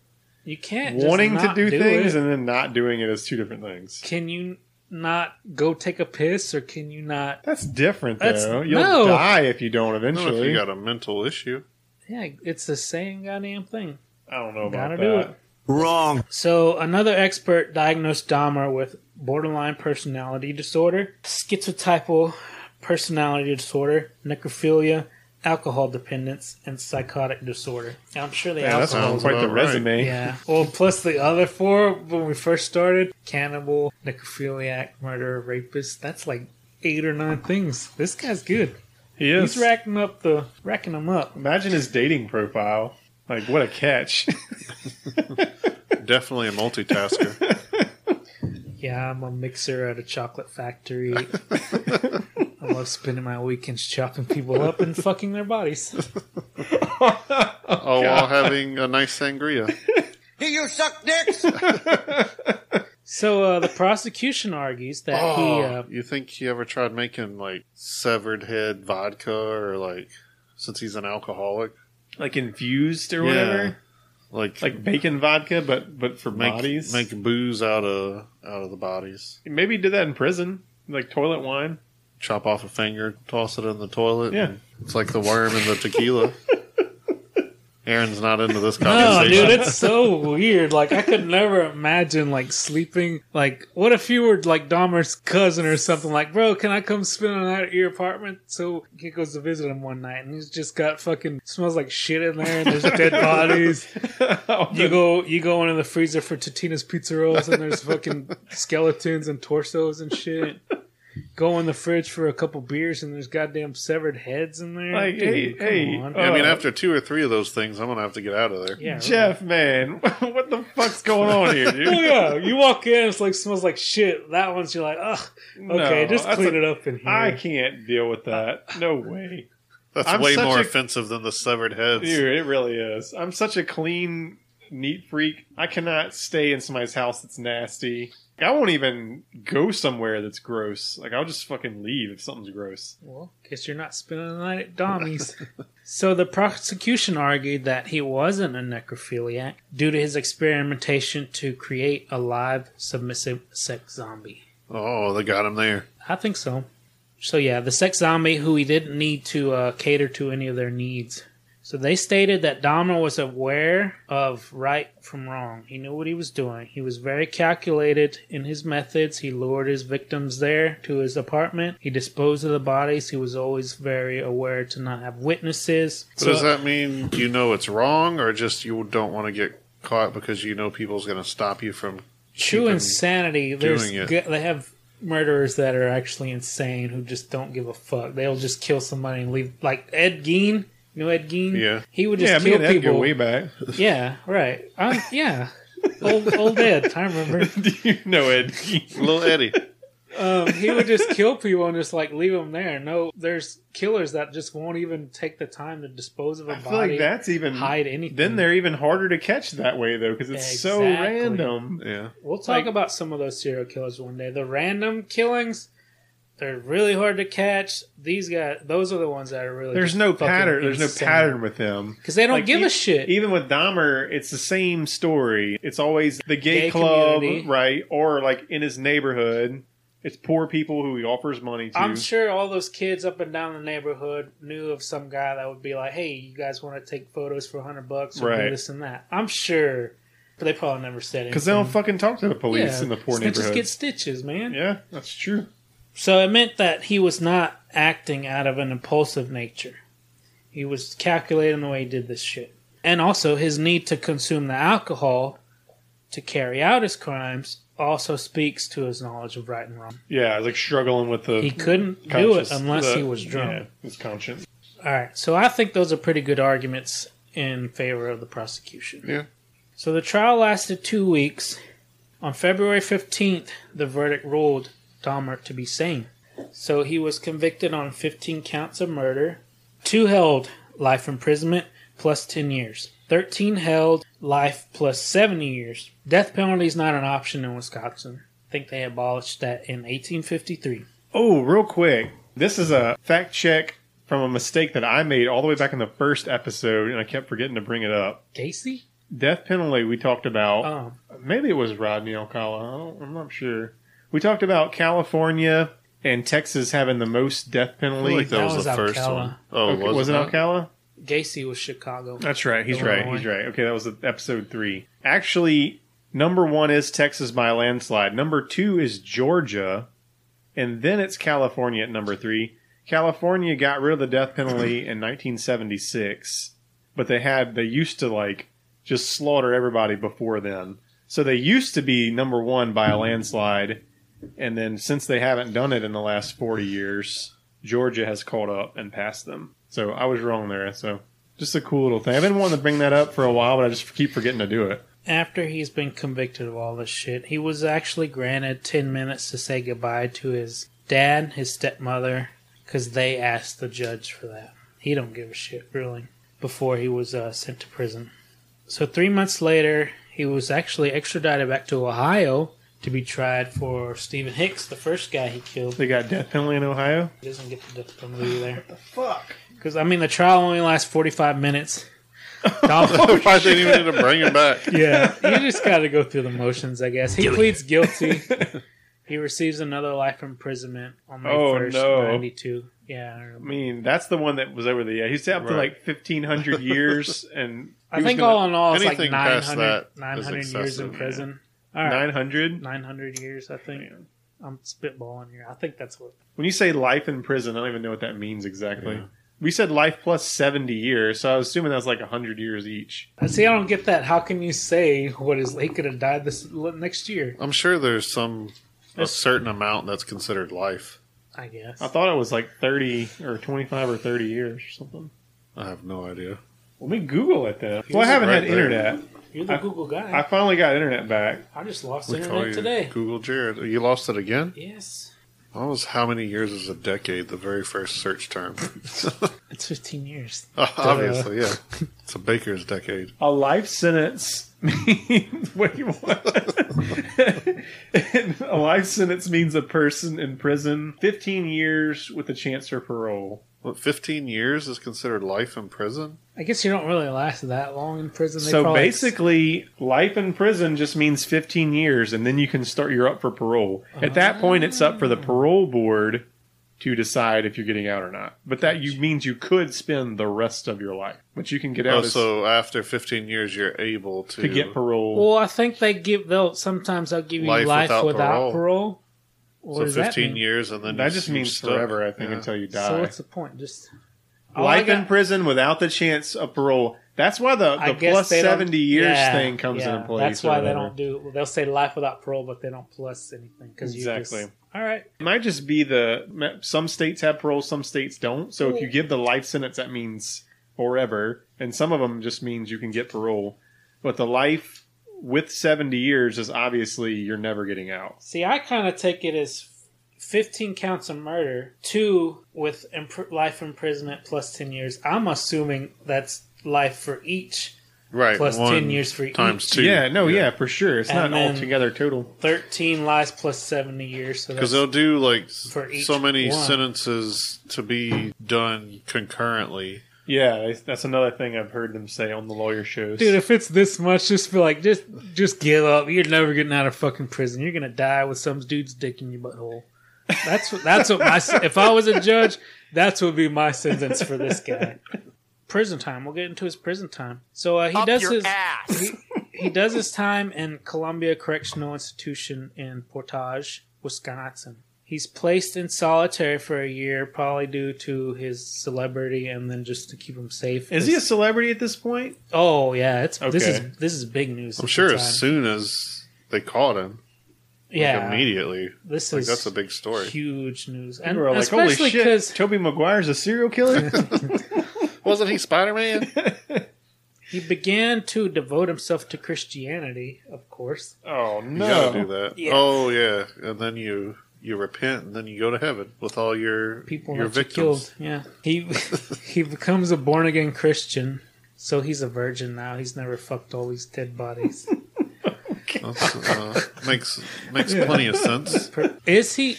[SPEAKER 2] you can't just
[SPEAKER 1] Wanting to
[SPEAKER 2] not
[SPEAKER 1] do, things
[SPEAKER 2] it.
[SPEAKER 1] and then not doing it is two different things.
[SPEAKER 2] can you not go take a piss or can you not
[SPEAKER 1] That's different
[SPEAKER 2] That's-
[SPEAKER 1] though. You'll
[SPEAKER 2] no.
[SPEAKER 1] die if you don't
[SPEAKER 3] Not if
[SPEAKER 1] eventually.
[SPEAKER 3] you got a mental issue.
[SPEAKER 2] Yeah, it's the same goddamn thing.
[SPEAKER 1] I don't know about
[SPEAKER 2] Gotta
[SPEAKER 1] that.
[SPEAKER 2] do it.
[SPEAKER 5] Wrong.
[SPEAKER 2] So, another expert diagnosed Dahmer with borderline personality disorder, schizotypal personality disorder, necrophilia, alcohol dependence, and psychotic disorder. Now, I'm sure the
[SPEAKER 1] Man, that's
[SPEAKER 2] alcohol.
[SPEAKER 3] sounds
[SPEAKER 1] quite the
[SPEAKER 3] about right.
[SPEAKER 1] resume.
[SPEAKER 2] Yeah. Well, plus the other four when we first started cannibal, necrophiliac, murderer, rapist. That's like eight or nine things. This guy's good.
[SPEAKER 1] He is.
[SPEAKER 2] He's racking up the racking them up.
[SPEAKER 1] Imagine his dating profile. Like what a catch.
[SPEAKER 3] Definitely a multitasker.
[SPEAKER 2] Yeah, I'm a mixer at a chocolate factory. I love spending my weekends chopping people up and fucking their bodies.
[SPEAKER 3] oh, while having a nice sangria.
[SPEAKER 5] Here you suck dicks.
[SPEAKER 2] So uh, the prosecution argues that
[SPEAKER 3] Oh,
[SPEAKER 2] he. Uh,
[SPEAKER 3] you think he ever tried making like severed head vodka or like since he's an alcoholic?
[SPEAKER 1] like infused or whatever.
[SPEAKER 3] Like
[SPEAKER 1] Like bacon vodka, but but for
[SPEAKER 3] make,
[SPEAKER 1] bodies.
[SPEAKER 3] make booze out of out of the bodies.
[SPEAKER 1] Maybe he did that in prison, like toilet wine.
[SPEAKER 3] Chop off a finger, toss it in the toilet.
[SPEAKER 1] Yeah.
[SPEAKER 3] and It's like the worm in the tequila. Aaron's not into this
[SPEAKER 2] No,
[SPEAKER 3] conversation.
[SPEAKER 2] Oh, dude, it's so weird. Like, I could never imagine like sleeping. Like, what if you were like Dahmer's cousin or something? Like, bro, can I come spend a night at your apartment? So he goes to visit him one night, and he's just got fucking smells like shit in there, and there's dead bodies.
[SPEAKER 1] Oh,
[SPEAKER 2] You go, you go into the freezer for Totino's pizza rolls, and there's fucking skeletons and torsos and shit. Go in the fridge for a couple beers, and there's goddamn severed heads in there.
[SPEAKER 1] Like, hey,
[SPEAKER 2] come
[SPEAKER 1] hey,
[SPEAKER 2] on.
[SPEAKER 3] I mean,
[SPEAKER 1] uh,
[SPEAKER 3] after two or three of those things, I'm gonna have to get out of there.
[SPEAKER 2] yeah, right.
[SPEAKER 1] Jeff, man, what the fuck's going on here,
[SPEAKER 2] Oh
[SPEAKER 1] dude?
[SPEAKER 2] yeah, you walk in, it's like smells like shit. That one's you're like, ugh, okay,
[SPEAKER 1] No,
[SPEAKER 2] just
[SPEAKER 1] that's
[SPEAKER 2] clean
[SPEAKER 1] a-
[SPEAKER 2] it up in here.
[SPEAKER 1] I can't deal with that. No way.
[SPEAKER 3] That's
[SPEAKER 1] I'm
[SPEAKER 3] way
[SPEAKER 1] such
[SPEAKER 3] more
[SPEAKER 1] a-
[SPEAKER 3] offensive than the severed heads.
[SPEAKER 1] Dude, it really is. I'm such a clean, neat freak. I cannot stay in somebody's house that's nasty. I won't even go somewhere that's gross. Like I'll just fucking leave if something's gross.
[SPEAKER 2] Well, guess you're not spending the night at Dommy's. so the prosecution argued that he wasn't a necrophiliac due to his experimentation to create a live submissive sex zombie.
[SPEAKER 3] Oh, they got him there.
[SPEAKER 2] I think so. So yeah, the sex zombie who he didn't need to uh, cater to any of their needs. So they stated that Dahmer was aware of right from wrong. He knew what he was doing. He was very calculated in his methods. He lured his victims there to his apartment. He disposed of the bodies. He was always very aware to not have witnesses.
[SPEAKER 3] But does that mean you know it's wrong, or just you don't want to get caught because you know people's gonna stop you from?
[SPEAKER 2] true
[SPEAKER 3] keeping-
[SPEAKER 2] insanity. There's
[SPEAKER 3] doing it.
[SPEAKER 2] g- they have murderers that are actually insane who just don't give a fuck. They'll just kill somebody and leave. Like Ed Gein, you know Ed Gein.
[SPEAKER 3] Yeah.
[SPEAKER 2] he would
[SPEAKER 1] yeah,
[SPEAKER 2] just
[SPEAKER 1] me
[SPEAKER 2] kill
[SPEAKER 1] and Ed go
[SPEAKER 2] people.
[SPEAKER 1] way back.
[SPEAKER 2] Yeah, right. Um, yeah, old old Ed. I remember.
[SPEAKER 1] Do you know Ed?
[SPEAKER 3] Little Eddie.
[SPEAKER 2] Um, he would just kill people and just like leave them there. No, there's killers that just won't even take the time to dispose of a
[SPEAKER 1] I feel
[SPEAKER 2] body.
[SPEAKER 1] like that's even
[SPEAKER 2] hide anything.
[SPEAKER 1] Then they're even harder to catch that way though, because it's so
[SPEAKER 2] Exactly.
[SPEAKER 1] random.
[SPEAKER 3] Yeah.
[SPEAKER 2] We'll talk
[SPEAKER 1] Like-
[SPEAKER 2] about some of those serial killers one day. The random killings, they're really hard to catch. These guys, those are the ones that are really.
[SPEAKER 1] There's
[SPEAKER 2] just
[SPEAKER 1] no
[SPEAKER 2] fucking
[SPEAKER 1] pattern. There's no
[SPEAKER 2] insane.
[SPEAKER 1] pattern with them.
[SPEAKER 2] because they don't
[SPEAKER 1] Like,
[SPEAKER 2] give
[SPEAKER 1] e-
[SPEAKER 2] a shit.
[SPEAKER 1] Even with Dahmer, it's the same story. It's always the gay,
[SPEAKER 2] Gay
[SPEAKER 1] club,
[SPEAKER 2] community.
[SPEAKER 1] right? Or like in his neighborhood, it's poor people who he offers money to.
[SPEAKER 2] I'm sure all those kids up and down the neighborhood knew of some guy that would be like, "Hey, you guys want to take photos for hundred bucks or do
[SPEAKER 1] Right.
[SPEAKER 2] this and that?" I'm sure, but they probably never said anything
[SPEAKER 1] because they don't fucking talk to the police in the poor
[SPEAKER 2] snitches
[SPEAKER 1] neighborhood.
[SPEAKER 2] get stitches, man.
[SPEAKER 1] yeah, that's true.
[SPEAKER 2] So it meant that he was not acting out of an impulsive nature. He was calculating the way he did this shit. And also, his need to consume the alcohol to carry out his crimes also speaks to his knowledge of right and wrong.
[SPEAKER 1] Yeah, like struggling with the
[SPEAKER 2] He couldn't do it
[SPEAKER 1] conscious-
[SPEAKER 2] unless
[SPEAKER 1] the-
[SPEAKER 2] he was
[SPEAKER 1] yeah,
[SPEAKER 2] drunk.
[SPEAKER 1] his conscience.
[SPEAKER 2] All right, so I think those are pretty good arguments in favor of the prosecution.
[SPEAKER 3] Yeah.
[SPEAKER 2] So the trial lasted two weeks. On February 15th, the verdict ruled Dahmer to be sane. So he was convicted on 15 counts of murder, two held life imprisonment plus 10 years, 13 held life plus 70 years. Death penalty is not an option in Wisconsin. I think they abolished that in 1853.
[SPEAKER 1] Oh, real quick, this is a fact check from a mistake that I made all the way back in the first episode, and I kept forgetting to bring it up.
[SPEAKER 2] Casey?
[SPEAKER 1] Death penalty we talked about.
[SPEAKER 2] Um,
[SPEAKER 1] maybe it was Rodney Alcala. I don't, I'm not sure. We talked about California and Texas having the most death
[SPEAKER 3] I feel
[SPEAKER 1] penalty.
[SPEAKER 3] like that,
[SPEAKER 2] That
[SPEAKER 3] was,
[SPEAKER 2] was
[SPEAKER 3] the first
[SPEAKER 2] Alcala.
[SPEAKER 3] one. Oh,
[SPEAKER 1] Okay,
[SPEAKER 3] was,
[SPEAKER 1] was it
[SPEAKER 3] it?
[SPEAKER 1] Alcala?
[SPEAKER 2] Gacy was Chicago.
[SPEAKER 1] That's right. He's right.
[SPEAKER 2] Illinois.
[SPEAKER 1] He's right. Okay, that was episode three. Actually, number one is Texas by a landslide. Number two is Georgia, and then it's California at number three. California got rid of the death penalty in 1976, but they had they used to like just slaughter everybody before then. So they used to be number one by a landslide, and then since they haven't done it in the last 40 years, Georgia has caught up and passed them. So I was wrong there. So just a cool little thing. I've been wanting to bring that up for a while, but I just keep forgetting to do it.
[SPEAKER 2] after he's been convicted of all this shit, he was actually granted 10 minutes to say goodbye to his dad, his stepmother, because they asked the judge for that. He don't give a shit, really, before he was uh, sent to prison. So three months later, he was actually extradited back to Ohio to be tried for Stephen Hicks, the first guy he killed.
[SPEAKER 1] They got death penalty in Ohio.
[SPEAKER 2] He doesn't get the death penalty there.
[SPEAKER 1] Fuck.
[SPEAKER 2] Because, I mean, the trial only lasts 45 minutes. Dahmer-
[SPEAKER 3] I didn't even need to bring him back.
[SPEAKER 2] Yeah, you just got to go through the motions, I guess. He pleads guilty He receives another life imprisonment on May
[SPEAKER 1] Oh,
[SPEAKER 2] 1st,
[SPEAKER 1] no.
[SPEAKER 2] 92. Yeah. I
[SPEAKER 1] I
[SPEAKER 2] remember.
[SPEAKER 1] mean, that's the one that was over the. Yeah, he's up to
[SPEAKER 3] Right.
[SPEAKER 1] like fifteen hundred years, and
[SPEAKER 2] I think all in all, it's like
[SPEAKER 3] anything past
[SPEAKER 2] 900,
[SPEAKER 3] that is
[SPEAKER 2] 900 years in
[SPEAKER 3] excessive, yeah.
[SPEAKER 2] prison. All right.
[SPEAKER 1] nine hundred.
[SPEAKER 2] 900 years, I think. I'm spitballing here. I think that's what.
[SPEAKER 1] When you say life in prison, I don't even know what that means exactly. We said life plus seventy years, so I was assuming that's like hundred years each.
[SPEAKER 2] I see. I don't get that. How can you say what is he could have died this l- next year?
[SPEAKER 3] I'm sure there's some a certain amount that's considered life.
[SPEAKER 2] I guess.
[SPEAKER 1] I thought it was like thirty or twenty-five or thirty years or something.
[SPEAKER 3] I have no idea.
[SPEAKER 1] Let me Google it though. Well, I haven't
[SPEAKER 3] right
[SPEAKER 1] had
[SPEAKER 3] there.
[SPEAKER 1] internet.
[SPEAKER 2] You're the
[SPEAKER 1] I-
[SPEAKER 2] Google guy.
[SPEAKER 1] I finally got internet back.
[SPEAKER 2] I, just lost
[SPEAKER 3] We call
[SPEAKER 2] internet
[SPEAKER 3] you
[SPEAKER 2] today.
[SPEAKER 3] Google Jared. You lost it again?
[SPEAKER 2] Yes.
[SPEAKER 3] That was how many years is a decade, the very first search term? Uh,
[SPEAKER 2] It's 15 years.
[SPEAKER 3] Obviously, yeah. It's a baker's decade.
[SPEAKER 1] A life sentence means what you want. a life sentence means a person in prison fifteen years with a chance for parole.
[SPEAKER 3] What, 15 years is considered life in prison?
[SPEAKER 2] I guess you don't really last that long in prison. They
[SPEAKER 1] so
[SPEAKER 2] probably-
[SPEAKER 1] basically, life in prison just means fifteen years, and then you can start. You're up for parole. At
[SPEAKER 2] Ah.
[SPEAKER 1] that point, it's up for the parole board to decide if you're getting out or not. But that you means you could spend the rest of your life, but you can get out
[SPEAKER 3] Oh,
[SPEAKER 1] as-
[SPEAKER 3] so after 15 years, you're able to,
[SPEAKER 1] to get parole.
[SPEAKER 2] Well, I think they give. They'll sometimes they'll give you life,
[SPEAKER 3] Life
[SPEAKER 2] without,
[SPEAKER 3] without
[SPEAKER 2] parole.
[SPEAKER 3] parole.
[SPEAKER 2] What
[SPEAKER 3] So
[SPEAKER 2] does that
[SPEAKER 3] 15
[SPEAKER 2] mean?
[SPEAKER 3] years, and then
[SPEAKER 1] that
[SPEAKER 3] you're-
[SPEAKER 1] just
[SPEAKER 3] you're
[SPEAKER 1] means
[SPEAKER 3] stuck.
[SPEAKER 1] forever, I think,
[SPEAKER 3] Yeah.
[SPEAKER 1] until you die.
[SPEAKER 2] So what's the point? Just All I
[SPEAKER 1] life in
[SPEAKER 2] got-
[SPEAKER 1] prison without the chance of parole. That's why the, the
[SPEAKER 2] I guess
[SPEAKER 1] plus
[SPEAKER 2] they don't-
[SPEAKER 1] seventy years
[SPEAKER 2] yeah,
[SPEAKER 1] thing comes
[SPEAKER 2] yeah,
[SPEAKER 1] into play.
[SPEAKER 2] That's why they don't do. They'll say life without parole, but they don't plus anything because You just,
[SPEAKER 1] Exactly.
[SPEAKER 2] all right.
[SPEAKER 1] It might just be the some states have parole, some states don't. So if you give the life sentence, that means forever, and some of them just means you can get parole. But the life with seventy years is obviously you're never getting out.
[SPEAKER 2] See, I kind of take it as 15 counts of murder, two with imp- life imprisonment plus 10 years. I'm assuming that's life for each,
[SPEAKER 3] Right.
[SPEAKER 2] Plus
[SPEAKER 3] one
[SPEAKER 2] 10 years for
[SPEAKER 3] times
[SPEAKER 2] each.
[SPEAKER 3] two.
[SPEAKER 1] yeah, no, yeah, for sure. It's not
[SPEAKER 2] And then-
[SPEAKER 1] altogether total.
[SPEAKER 2] 13 lives plus 70 years. So
[SPEAKER 3] Because
[SPEAKER 2] that's,
[SPEAKER 3] they'll do like
[SPEAKER 2] For each
[SPEAKER 3] so many
[SPEAKER 2] one.
[SPEAKER 3] sentences to be done concurrently.
[SPEAKER 1] Yeah, that's- that's another thing I've heard them say on the lawyer shows.
[SPEAKER 2] dude, if it's this much, just feel like just just give up. You're never getting out of fucking prison. You're gonna die with some dude's dick in your butthole. That's what that's what my if I was a judge, that's what would be my sentence for this guy. Prison time. We'll get into his prison time. So uh, he does his
[SPEAKER 5] ass.
[SPEAKER 2] he does his time in Columbia Correctional Institution in Portage, Wisconsin. He's placed in solitary for a year, probably due to his celebrity, and then just to keep him safe.
[SPEAKER 1] is he a celebrity at this point?
[SPEAKER 2] Oh yeah, it's this
[SPEAKER 1] Okay.
[SPEAKER 2] is this is big news.
[SPEAKER 3] I'm
[SPEAKER 2] at
[SPEAKER 3] sure
[SPEAKER 2] the
[SPEAKER 3] as
[SPEAKER 2] time.
[SPEAKER 3] soon as they caught him, like,
[SPEAKER 2] yeah,
[SPEAKER 3] immediately.
[SPEAKER 2] this
[SPEAKER 3] Like
[SPEAKER 2] is
[SPEAKER 3] that's a big story.
[SPEAKER 2] huge news,
[SPEAKER 1] And
[SPEAKER 2] and
[SPEAKER 1] we're like, holy
[SPEAKER 2] especially
[SPEAKER 1] shit,
[SPEAKER 2] because
[SPEAKER 1] Toby Maguire's a serial killer?
[SPEAKER 3] Wasn't he Spider Man?
[SPEAKER 2] he began to devote himself to Christianity, of course.
[SPEAKER 1] oh,
[SPEAKER 3] You gotta do
[SPEAKER 1] no.
[SPEAKER 3] that.
[SPEAKER 2] Yeah.
[SPEAKER 3] Oh yeah, and then you you repent, and then you go to heaven with all your
[SPEAKER 2] people that
[SPEAKER 3] your
[SPEAKER 2] you
[SPEAKER 3] victims.
[SPEAKER 2] killed. Yeah, he he becomes a born again Christian, so he's a virgin now. He's never fucked all these dead bodies.
[SPEAKER 3] That's, uh, makes makes plenty of sense.
[SPEAKER 2] Is he?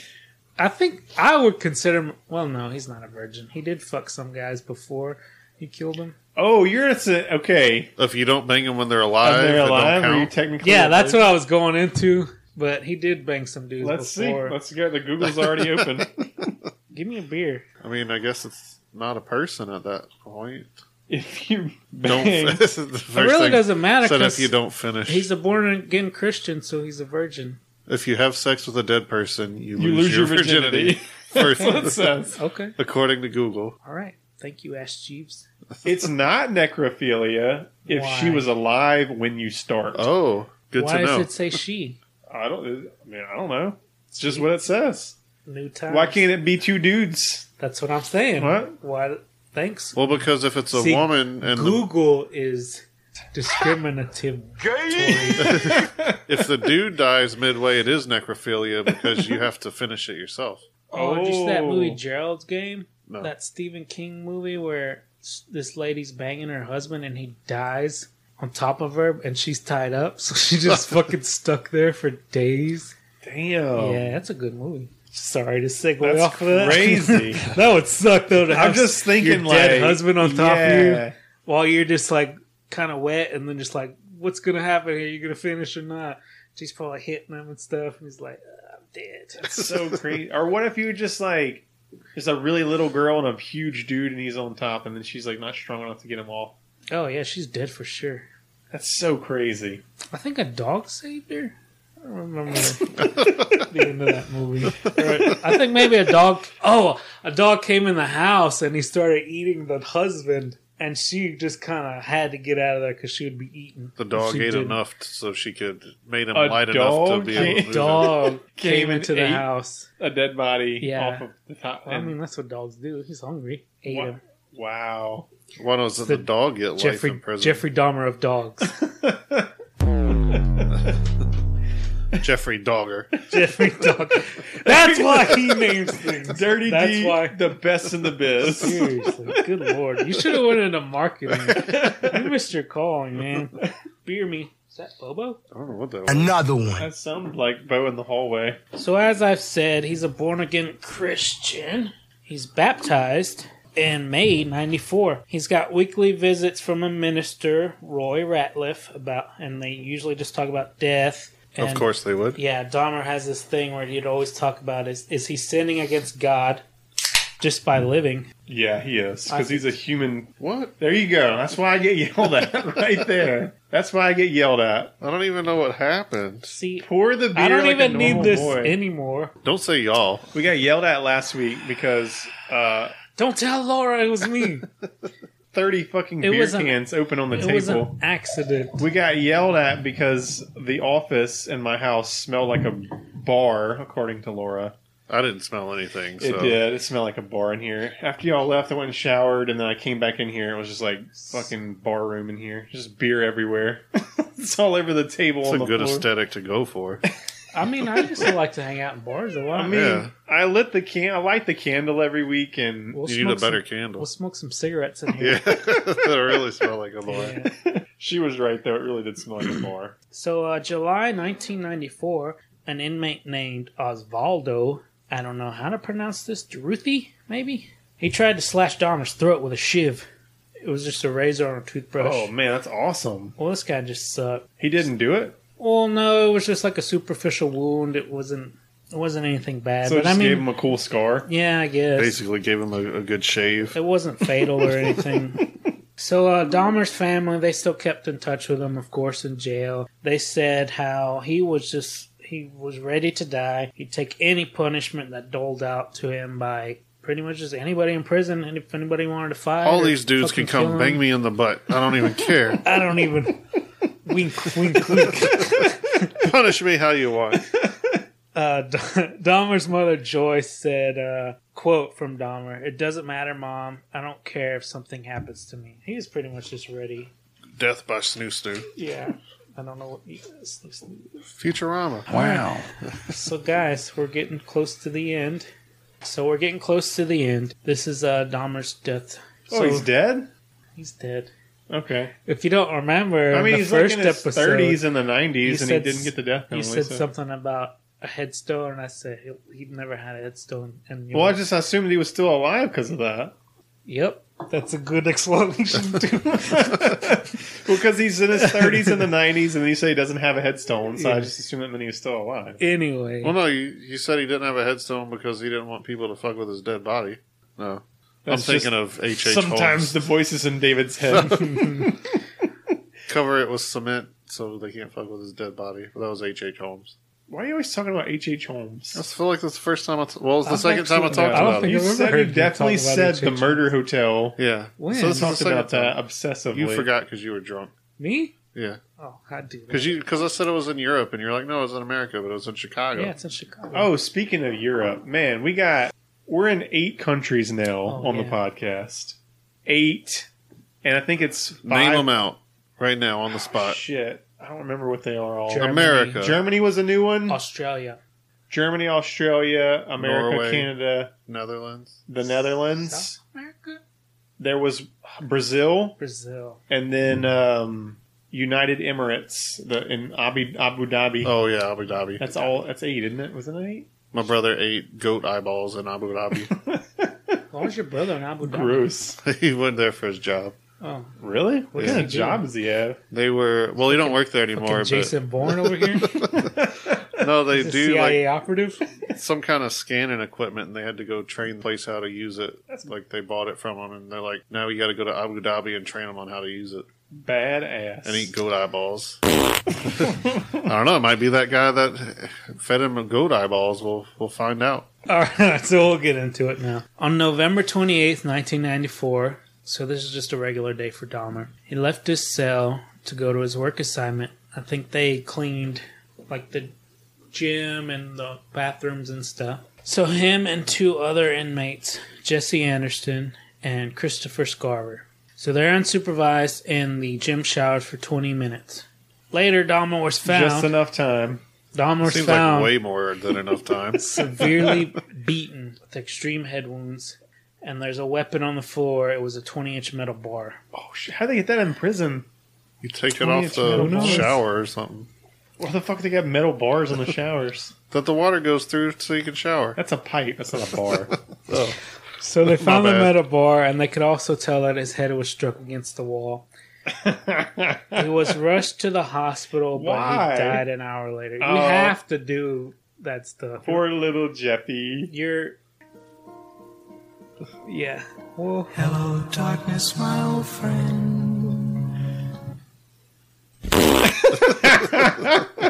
[SPEAKER 2] I think I would consider him. Well, no, he's not a virgin. He did fuck some guys before he killed them.
[SPEAKER 1] Oh, you're a. ce- Okay.
[SPEAKER 3] If you don't bang them when they're alive,
[SPEAKER 1] Are
[SPEAKER 3] they
[SPEAKER 1] they
[SPEAKER 3] don't
[SPEAKER 1] alive? Are you
[SPEAKER 3] count.
[SPEAKER 1] technically.
[SPEAKER 2] Yeah,
[SPEAKER 1] a
[SPEAKER 2] that's
[SPEAKER 1] virgin?
[SPEAKER 2] what I was going into. But he did bang some dudes
[SPEAKER 1] Let's
[SPEAKER 2] before.
[SPEAKER 1] see. Let's go. The Google's already open.
[SPEAKER 2] Give me a beer.
[SPEAKER 3] I mean, I guess it's not a person at that point.
[SPEAKER 1] If you
[SPEAKER 3] Don't.
[SPEAKER 1] bang,
[SPEAKER 3] the first
[SPEAKER 2] It really
[SPEAKER 3] thing
[SPEAKER 2] doesn't matter
[SPEAKER 3] Said if
[SPEAKER 2] because
[SPEAKER 3] you don't finish,
[SPEAKER 2] he's a born again Christian, so he's a virgin.
[SPEAKER 3] if you have sex with a dead person, you,
[SPEAKER 1] you
[SPEAKER 3] lose, your
[SPEAKER 1] virginity.
[SPEAKER 3] virginity.
[SPEAKER 1] What it
[SPEAKER 3] First,
[SPEAKER 1] says.
[SPEAKER 2] Okay.
[SPEAKER 3] according to Google,
[SPEAKER 2] All right. Thank you, Ash Jeeves.
[SPEAKER 1] It's not necrophilia if she
[SPEAKER 2] Why?
[SPEAKER 1] was alive when you start.
[SPEAKER 3] oh, good
[SPEAKER 2] Why
[SPEAKER 3] to
[SPEAKER 2] does
[SPEAKER 3] know.
[SPEAKER 2] it say she?
[SPEAKER 1] I don't. I mean, I don't know. It's just what it says.
[SPEAKER 2] New time.
[SPEAKER 1] Why can't it be two dudes?
[SPEAKER 2] That's what I'm saying.
[SPEAKER 1] What?
[SPEAKER 2] Why? Thanks.
[SPEAKER 3] Well, because if it's a
[SPEAKER 2] See,
[SPEAKER 3] woman and the
[SPEAKER 2] Google is discriminative.
[SPEAKER 3] if the dude dies midway, it is necrophilia because you have to finish it yourself.
[SPEAKER 2] oh, did you see that
[SPEAKER 1] Oh.
[SPEAKER 2] movie Gerald's Game?
[SPEAKER 3] No.
[SPEAKER 2] That Stephen King movie where s- this lady's banging her husband and he dies on top of her and she's tied up, so she just fucking stuck there for days.
[SPEAKER 1] Damn.
[SPEAKER 2] Yeah, that's a good movie. Sorry to segue
[SPEAKER 1] Oh. That's
[SPEAKER 2] off of that.
[SPEAKER 1] crazy.
[SPEAKER 2] that would suck though. To
[SPEAKER 1] I'm
[SPEAKER 2] have
[SPEAKER 1] just thinking,
[SPEAKER 2] your dead
[SPEAKER 1] like,
[SPEAKER 2] husband on top of you
[SPEAKER 1] yeah.
[SPEAKER 2] while you're just like kind of wet and then just like what's gonna happen here you gonna finish or not she's probably hitting him and stuff and he's like "Uh, i'm dead.
[SPEAKER 1] It's so crazy. Or what if you just like there's a really little girl and a huge dude and he's on top and then she's like not strong enough to get him off.
[SPEAKER 2] Oh yeah, she's dead for sure.
[SPEAKER 1] That's so crazy.
[SPEAKER 2] I think a dog saved her. I don't remember the end of that movie. I think maybe a dog. Oh, a dog came in the house and he started eating the husband, and she just kind of had to get out of there because she would be eaten.
[SPEAKER 3] The dog
[SPEAKER 2] She
[SPEAKER 3] ate
[SPEAKER 2] did.
[SPEAKER 3] enough t- so she could made him
[SPEAKER 1] A
[SPEAKER 3] light enough to
[SPEAKER 1] dog?
[SPEAKER 3] be able to
[SPEAKER 1] A
[SPEAKER 3] move him.
[SPEAKER 2] Dog
[SPEAKER 1] Came
[SPEAKER 2] came
[SPEAKER 1] and
[SPEAKER 2] into the
[SPEAKER 1] ate?
[SPEAKER 2] house.
[SPEAKER 1] A dead body
[SPEAKER 2] Yeah.
[SPEAKER 1] off of the top.
[SPEAKER 2] Well, I
[SPEAKER 1] and-
[SPEAKER 2] mean, that's what dogs do. He's hungry. Ate
[SPEAKER 1] Wha-
[SPEAKER 2] him.
[SPEAKER 1] wow.
[SPEAKER 3] Why doesn't the,
[SPEAKER 2] The
[SPEAKER 3] dog get life in
[SPEAKER 2] Jeffrey
[SPEAKER 3] prison?
[SPEAKER 2] Jeffrey Dahmer of dogs.
[SPEAKER 3] Jeffrey Dogger.
[SPEAKER 2] Jeffrey Dahmer. That's why he names things.
[SPEAKER 1] Dirty
[SPEAKER 2] That's
[SPEAKER 1] D,
[SPEAKER 2] why-
[SPEAKER 1] the best in the biz.
[SPEAKER 2] Seriously, good lord. You should have went into marketing. You missed your calling, man. Beer me. Is that Bobo?
[SPEAKER 3] I don't know what that was.
[SPEAKER 5] Another one.
[SPEAKER 1] that sounds like Bo in the hallway.
[SPEAKER 2] So, as I've said, he's a born again Christian. He's baptized in May 94. He's got weekly visits from a minister, Roy Ratliff, about, and they usually just talk about death.
[SPEAKER 3] of
[SPEAKER 2] and-
[SPEAKER 3] course they would.
[SPEAKER 2] Yeah, Dahmer has this thing where he'd always talk about is, is he sinning against God just by living?
[SPEAKER 1] Yeah, he is
[SPEAKER 2] I
[SPEAKER 1] because he's a human.
[SPEAKER 3] What?
[SPEAKER 1] There you go. That's why I get yelled at right there. That's why I get yelled at.
[SPEAKER 3] I don't even know what happened.
[SPEAKER 2] See,
[SPEAKER 1] Pour the beer.
[SPEAKER 2] I don't
[SPEAKER 1] like a
[SPEAKER 2] even need
[SPEAKER 1] normal
[SPEAKER 2] this
[SPEAKER 1] boy.
[SPEAKER 2] anymore.
[SPEAKER 3] Don't say y'all.
[SPEAKER 1] We got yelled at last week because uh,
[SPEAKER 2] Don't tell Laura it was me.
[SPEAKER 1] 30 fucking
[SPEAKER 2] It
[SPEAKER 1] beer
[SPEAKER 2] was an-
[SPEAKER 1] cans open on the
[SPEAKER 2] it was
[SPEAKER 1] table.
[SPEAKER 2] an accident.
[SPEAKER 1] We got yelled at because the office in my house smelled like a bar, according to Laura.
[SPEAKER 3] I didn't smell anything. So.
[SPEAKER 1] It did. It smelled like a bar in here. After y'all left, I went and showered, and then I came back in here. It was just like fucking bar room in here. Just beer everywhere. it's all over the table.
[SPEAKER 3] It's
[SPEAKER 1] on
[SPEAKER 3] a
[SPEAKER 1] the
[SPEAKER 3] good
[SPEAKER 1] floor.
[SPEAKER 3] aesthetic to go for.
[SPEAKER 2] I mean, I used to like to hang out in bars a lot.
[SPEAKER 1] I mean,
[SPEAKER 3] Yeah.
[SPEAKER 1] I lit the can. I light the candle every week, and
[SPEAKER 2] we'll
[SPEAKER 3] You need a
[SPEAKER 2] smoke
[SPEAKER 3] better
[SPEAKER 2] Some,
[SPEAKER 3] candle.
[SPEAKER 2] we'll smoke some cigarettes in
[SPEAKER 3] Yeah,
[SPEAKER 2] here.
[SPEAKER 3] that really smelled like a bar.
[SPEAKER 2] Yeah.
[SPEAKER 1] she was right though. It really did smell like a bar.
[SPEAKER 2] So, uh, July 1994, an inmate named Osvaldo, I don't know how to pronounce this, Dorothy, maybe? He tried to slash Dahmer's throat with a shiv. It was just a razor on a toothbrush.
[SPEAKER 1] Oh man, that's awesome.
[SPEAKER 2] Well, this guy just sucked.
[SPEAKER 1] He didn't do it,
[SPEAKER 2] Well, no, it was just like a superficial wound. It wasn't. It wasn't anything bad.
[SPEAKER 1] so it
[SPEAKER 2] but I
[SPEAKER 1] just
[SPEAKER 2] mean,
[SPEAKER 1] gave him a cool scar.
[SPEAKER 2] yeah, I guess
[SPEAKER 3] Basically, gave him a, a good shave.
[SPEAKER 2] it wasn't fatal or anything. So uh, Dahmer's family, they still kept in touch with him, of course, in jail. They said how he was just he was ready to die. He'd take any punishment that doled out to him by pretty much just anybody in prison, and if anybody wanted to fight,
[SPEAKER 3] All
[SPEAKER 2] or
[SPEAKER 3] these dudes
[SPEAKER 2] fucking
[SPEAKER 3] can
[SPEAKER 2] kill
[SPEAKER 3] come
[SPEAKER 2] him.
[SPEAKER 3] bang me in the butt. I don't even care.
[SPEAKER 2] I don't even wink, wink, wink.
[SPEAKER 3] Punish me how you want.
[SPEAKER 2] uh, D- Dahmer's mother Joyce said, uh, "Quote from Dahmer: It doesn't matter, mom. I don't care if something happens to me." He was pretty much just ready.
[SPEAKER 3] Death by Snoo Snoo.
[SPEAKER 2] Yeah, I don't know what. He is.
[SPEAKER 3] Futurama.
[SPEAKER 6] Wow.
[SPEAKER 2] So, guys, we're getting close to the end. So we're getting close to the end. This is uh, Dahmer's death.
[SPEAKER 1] Oh,
[SPEAKER 2] So
[SPEAKER 1] he's dead.
[SPEAKER 2] He's dead.
[SPEAKER 1] Okay.
[SPEAKER 2] If you don't remember,
[SPEAKER 1] I mean,
[SPEAKER 2] the
[SPEAKER 1] he's
[SPEAKER 2] first
[SPEAKER 1] like in his
[SPEAKER 2] episode,
[SPEAKER 1] 30s and the 90s,
[SPEAKER 2] he
[SPEAKER 1] and he
[SPEAKER 2] said
[SPEAKER 1] didn't get the death
[SPEAKER 2] you
[SPEAKER 1] penalty.
[SPEAKER 2] said
[SPEAKER 1] so-
[SPEAKER 2] something about a headstone. I said he, he never had a headstone. And you
[SPEAKER 1] Well, I just assumed he was still alive because of that.
[SPEAKER 2] Yep. That's a good explanation too.
[SPEAKER 1] Because he's in his 30s and the 90s, and then you say he doesn't have a headstone, so
[SPEAKER 2] Yeah.
[SPEAKER 1] I just assumed that meant he was still alive.
[SPEAKER 2] anyway.
[SPEAKER 3] Well, no, you, you said he didn't have a headstone because he didn't want people to fuck with his dead body. No.
[SPEAKER 1] That's
[SPEAKER 3] I'm
[SPEAKER 1] just-
[SPEAKER 3] thinking of H.H.
[SPEAKER 1] Sometimes
[SPEAKER 3] Holmes.
[SPEAKER 1] the voices in David's head.
[SPEAKER 3] Cover it with cement so they can't fuck with his dead body. But that was H.H. Holmes.
[SPEAKER 1] Why are you always talking about H.H.
[SPEAKER 3] I
[SPEAKER 1] Holmes?
[SPEAKER 3] just feel like that's the first time I... T- well, it's the
[SPEAKER 2] I've
[SPEAKER 3] second time I
[SPEAKER 2] actually-
[SPEAKER 3] talked
[SPEAKER 2] I don't
[SPEAKER 3] about
[SPEAKER 2] think
[SPEAKER 1] You
[SPEAKER 3] it.
[SPEAKER 2] I've ever
[SPEAKER 1] said
[SPEAKER 2] heard
[SPEAKER 1] you
[SPEAKER 2] you
[SPEAKER 1] definitely
[SPEAKER 2] talk about
[SPEAKER 1] said the
[SPEAKER 2] H.H.
[SPEAKER 1] murder hotel.
[SPEAKER 3] Yeah.
[SPEAKER 2] When?
[SPEAKER 3] So
[SPEAKER 1] You
[SPEAKER 3] this is the
[SPEAKER 1] talked
[SPEAKER 3] second
[SPEAKER 1] about
[SPEAKER 3] time.
[SPEAKER 1] that obsessively.
[SPEAKER 3] You forgot because you were drunk.
[SPEAKER 2] Me?
[SPEAKER 3] Yeah.
[SPEAKER 2] Oh, I do.
[SPEAKER 3] Because you because I said it was in Europe, and you're like, no, it was in America, but it was in Chicago.
[SPEAKER 2] Yeah, it's in Chicago.
[SPEAKER 1] Oh, speaking of Europe, man, we got we're in eight countries now
[SPEAKER 2] Oh,
[SPEAKER 1] on the
[SPEAKER 2] yeah.
[SPEAKER 1] podcast. Eight, and I think it's five.
[SPEAKER 3] Name them out right now on the spot.
[SPEAKER 1] Shit, I don't remember what they are all.
[SPEAKER 2] Germany.
[SPEAKER 3] America,
[SPEAKER 1] Germany was a new one.
[SPEAKER 2] Australia.
[SPEAKER 1] Germany, Australia, America,
[SPEAKER 3] Norway.
[SPEAKER 1] Canada,
[SPEAKER 3] Netherlands,
[SPEAKER 1] the Netherlands.
[SPEAKER 2] South America.
[SPEAKER 1] There was Brazil,
[SPEAKER 2] Brazil.
[SPEAKER 1] and
[SPEAKER 3] Hmm.
[SPEAKER 1] then um, United Emirates the, in Abu, Abu Dhabi.
[SPEAKER 3] Oh yeah, Abu Dhabi.
[SPEAKER 1] That's all. That's eight, isn't it? Wasn't it eight?
[SPEAKER 3] My brother ate goat eyeballs in Abu Dhabi.
[SPEAKER 2] Why was your brother in Abu Dhabi?
[SPEAKER 1] Gross.
[SPEAKER 3] he went there for his job.
[SPEAKER 2] Oh,
[SPEAKER 1] Really? What
[SPEAKER 3] Yeah.
[SPEAKER 1] kind of job does he have?
[SPEAKER 3] They were well. He don't work there anymore.
[SPEAKER 2] fucking
[SPEAKER 3] But
[SPEAKER 2] Jason Bourne over here.
[SPEAKER 3] No, they
[SPEAKER 2] The
[SPEAKER 3] do like
[SPEAKER 2] CIA operative.
[SPEAKER 3] some kind of scanning equipment and they had to go train the place how to use it. Like they bought it from them and they're like, now you got to go to Abu Dhabi and train them on how to use it
[SPEAKER 1] Badass.
[SPEAKER 3] and eat goat eyeballs. I don't know. It might be that guy that fed him goat eyeballs. We'll we'll find out.
[SPEAKER 2] All right, so we'll get into it now. On November 28th, 1994, so this is just a regular day for Dahmer, he left his cell to go to his work assignment. I think they cleaned like the gym and the bathrooms and stuff. So, him and two other inmates, Jesse Anderson and Christopher Scarver. So, they're unsupervised in the gym showers for 20 minutes. Later, Dahmer was found.
[SPEAKER 1] Just enough time.
[SPEAKER 2] Dahmer was
[SPEAKER 3] Seems
[SPEAKER 2] found
[SPEAKER 3] like way more than enough time.
[SPEAKER 2] severely beaten with extreme head wounds, and there's a weapon on the floor. It was a 20 inch metal bar.
[SPEAKER 1] Oh, shit. How'd they get that in prison?
[SPEAKER 3] You take it
[SPEAKER 1] 20
[SPEAKER 3] off
[SPEAKER 1] inch
[SPEAKER 3] the
[SPEAKER 1] metal.
[SPEAKER 3] shower or something.
[SPEAKER 1] Where the fuck do they got metal bars in the showers?
[SPEAKER 3] That the water goes through so you can shower.
[SPEAKER 1] That's a pipe. That's not a bar.
[SPEAKER 2] So they found the
[SPEAKER 3] bad.
[SPEAKER 2] metal bar, and they could also tell that his head was struck against the wall. he was rushed to the hospital, but
[SPEAKER 1] Why?
[SPEAKER 2] he died an hour later. You
[SPEAKER 1] Oh.
[SPEAKER 2] have to do that stuff.
[SPEAKER 1] Poor little Jeffy.
[SPEAKER 2] You're. Yeah. Well,
[SPEAKER 4] Hello, darkness, my old friend.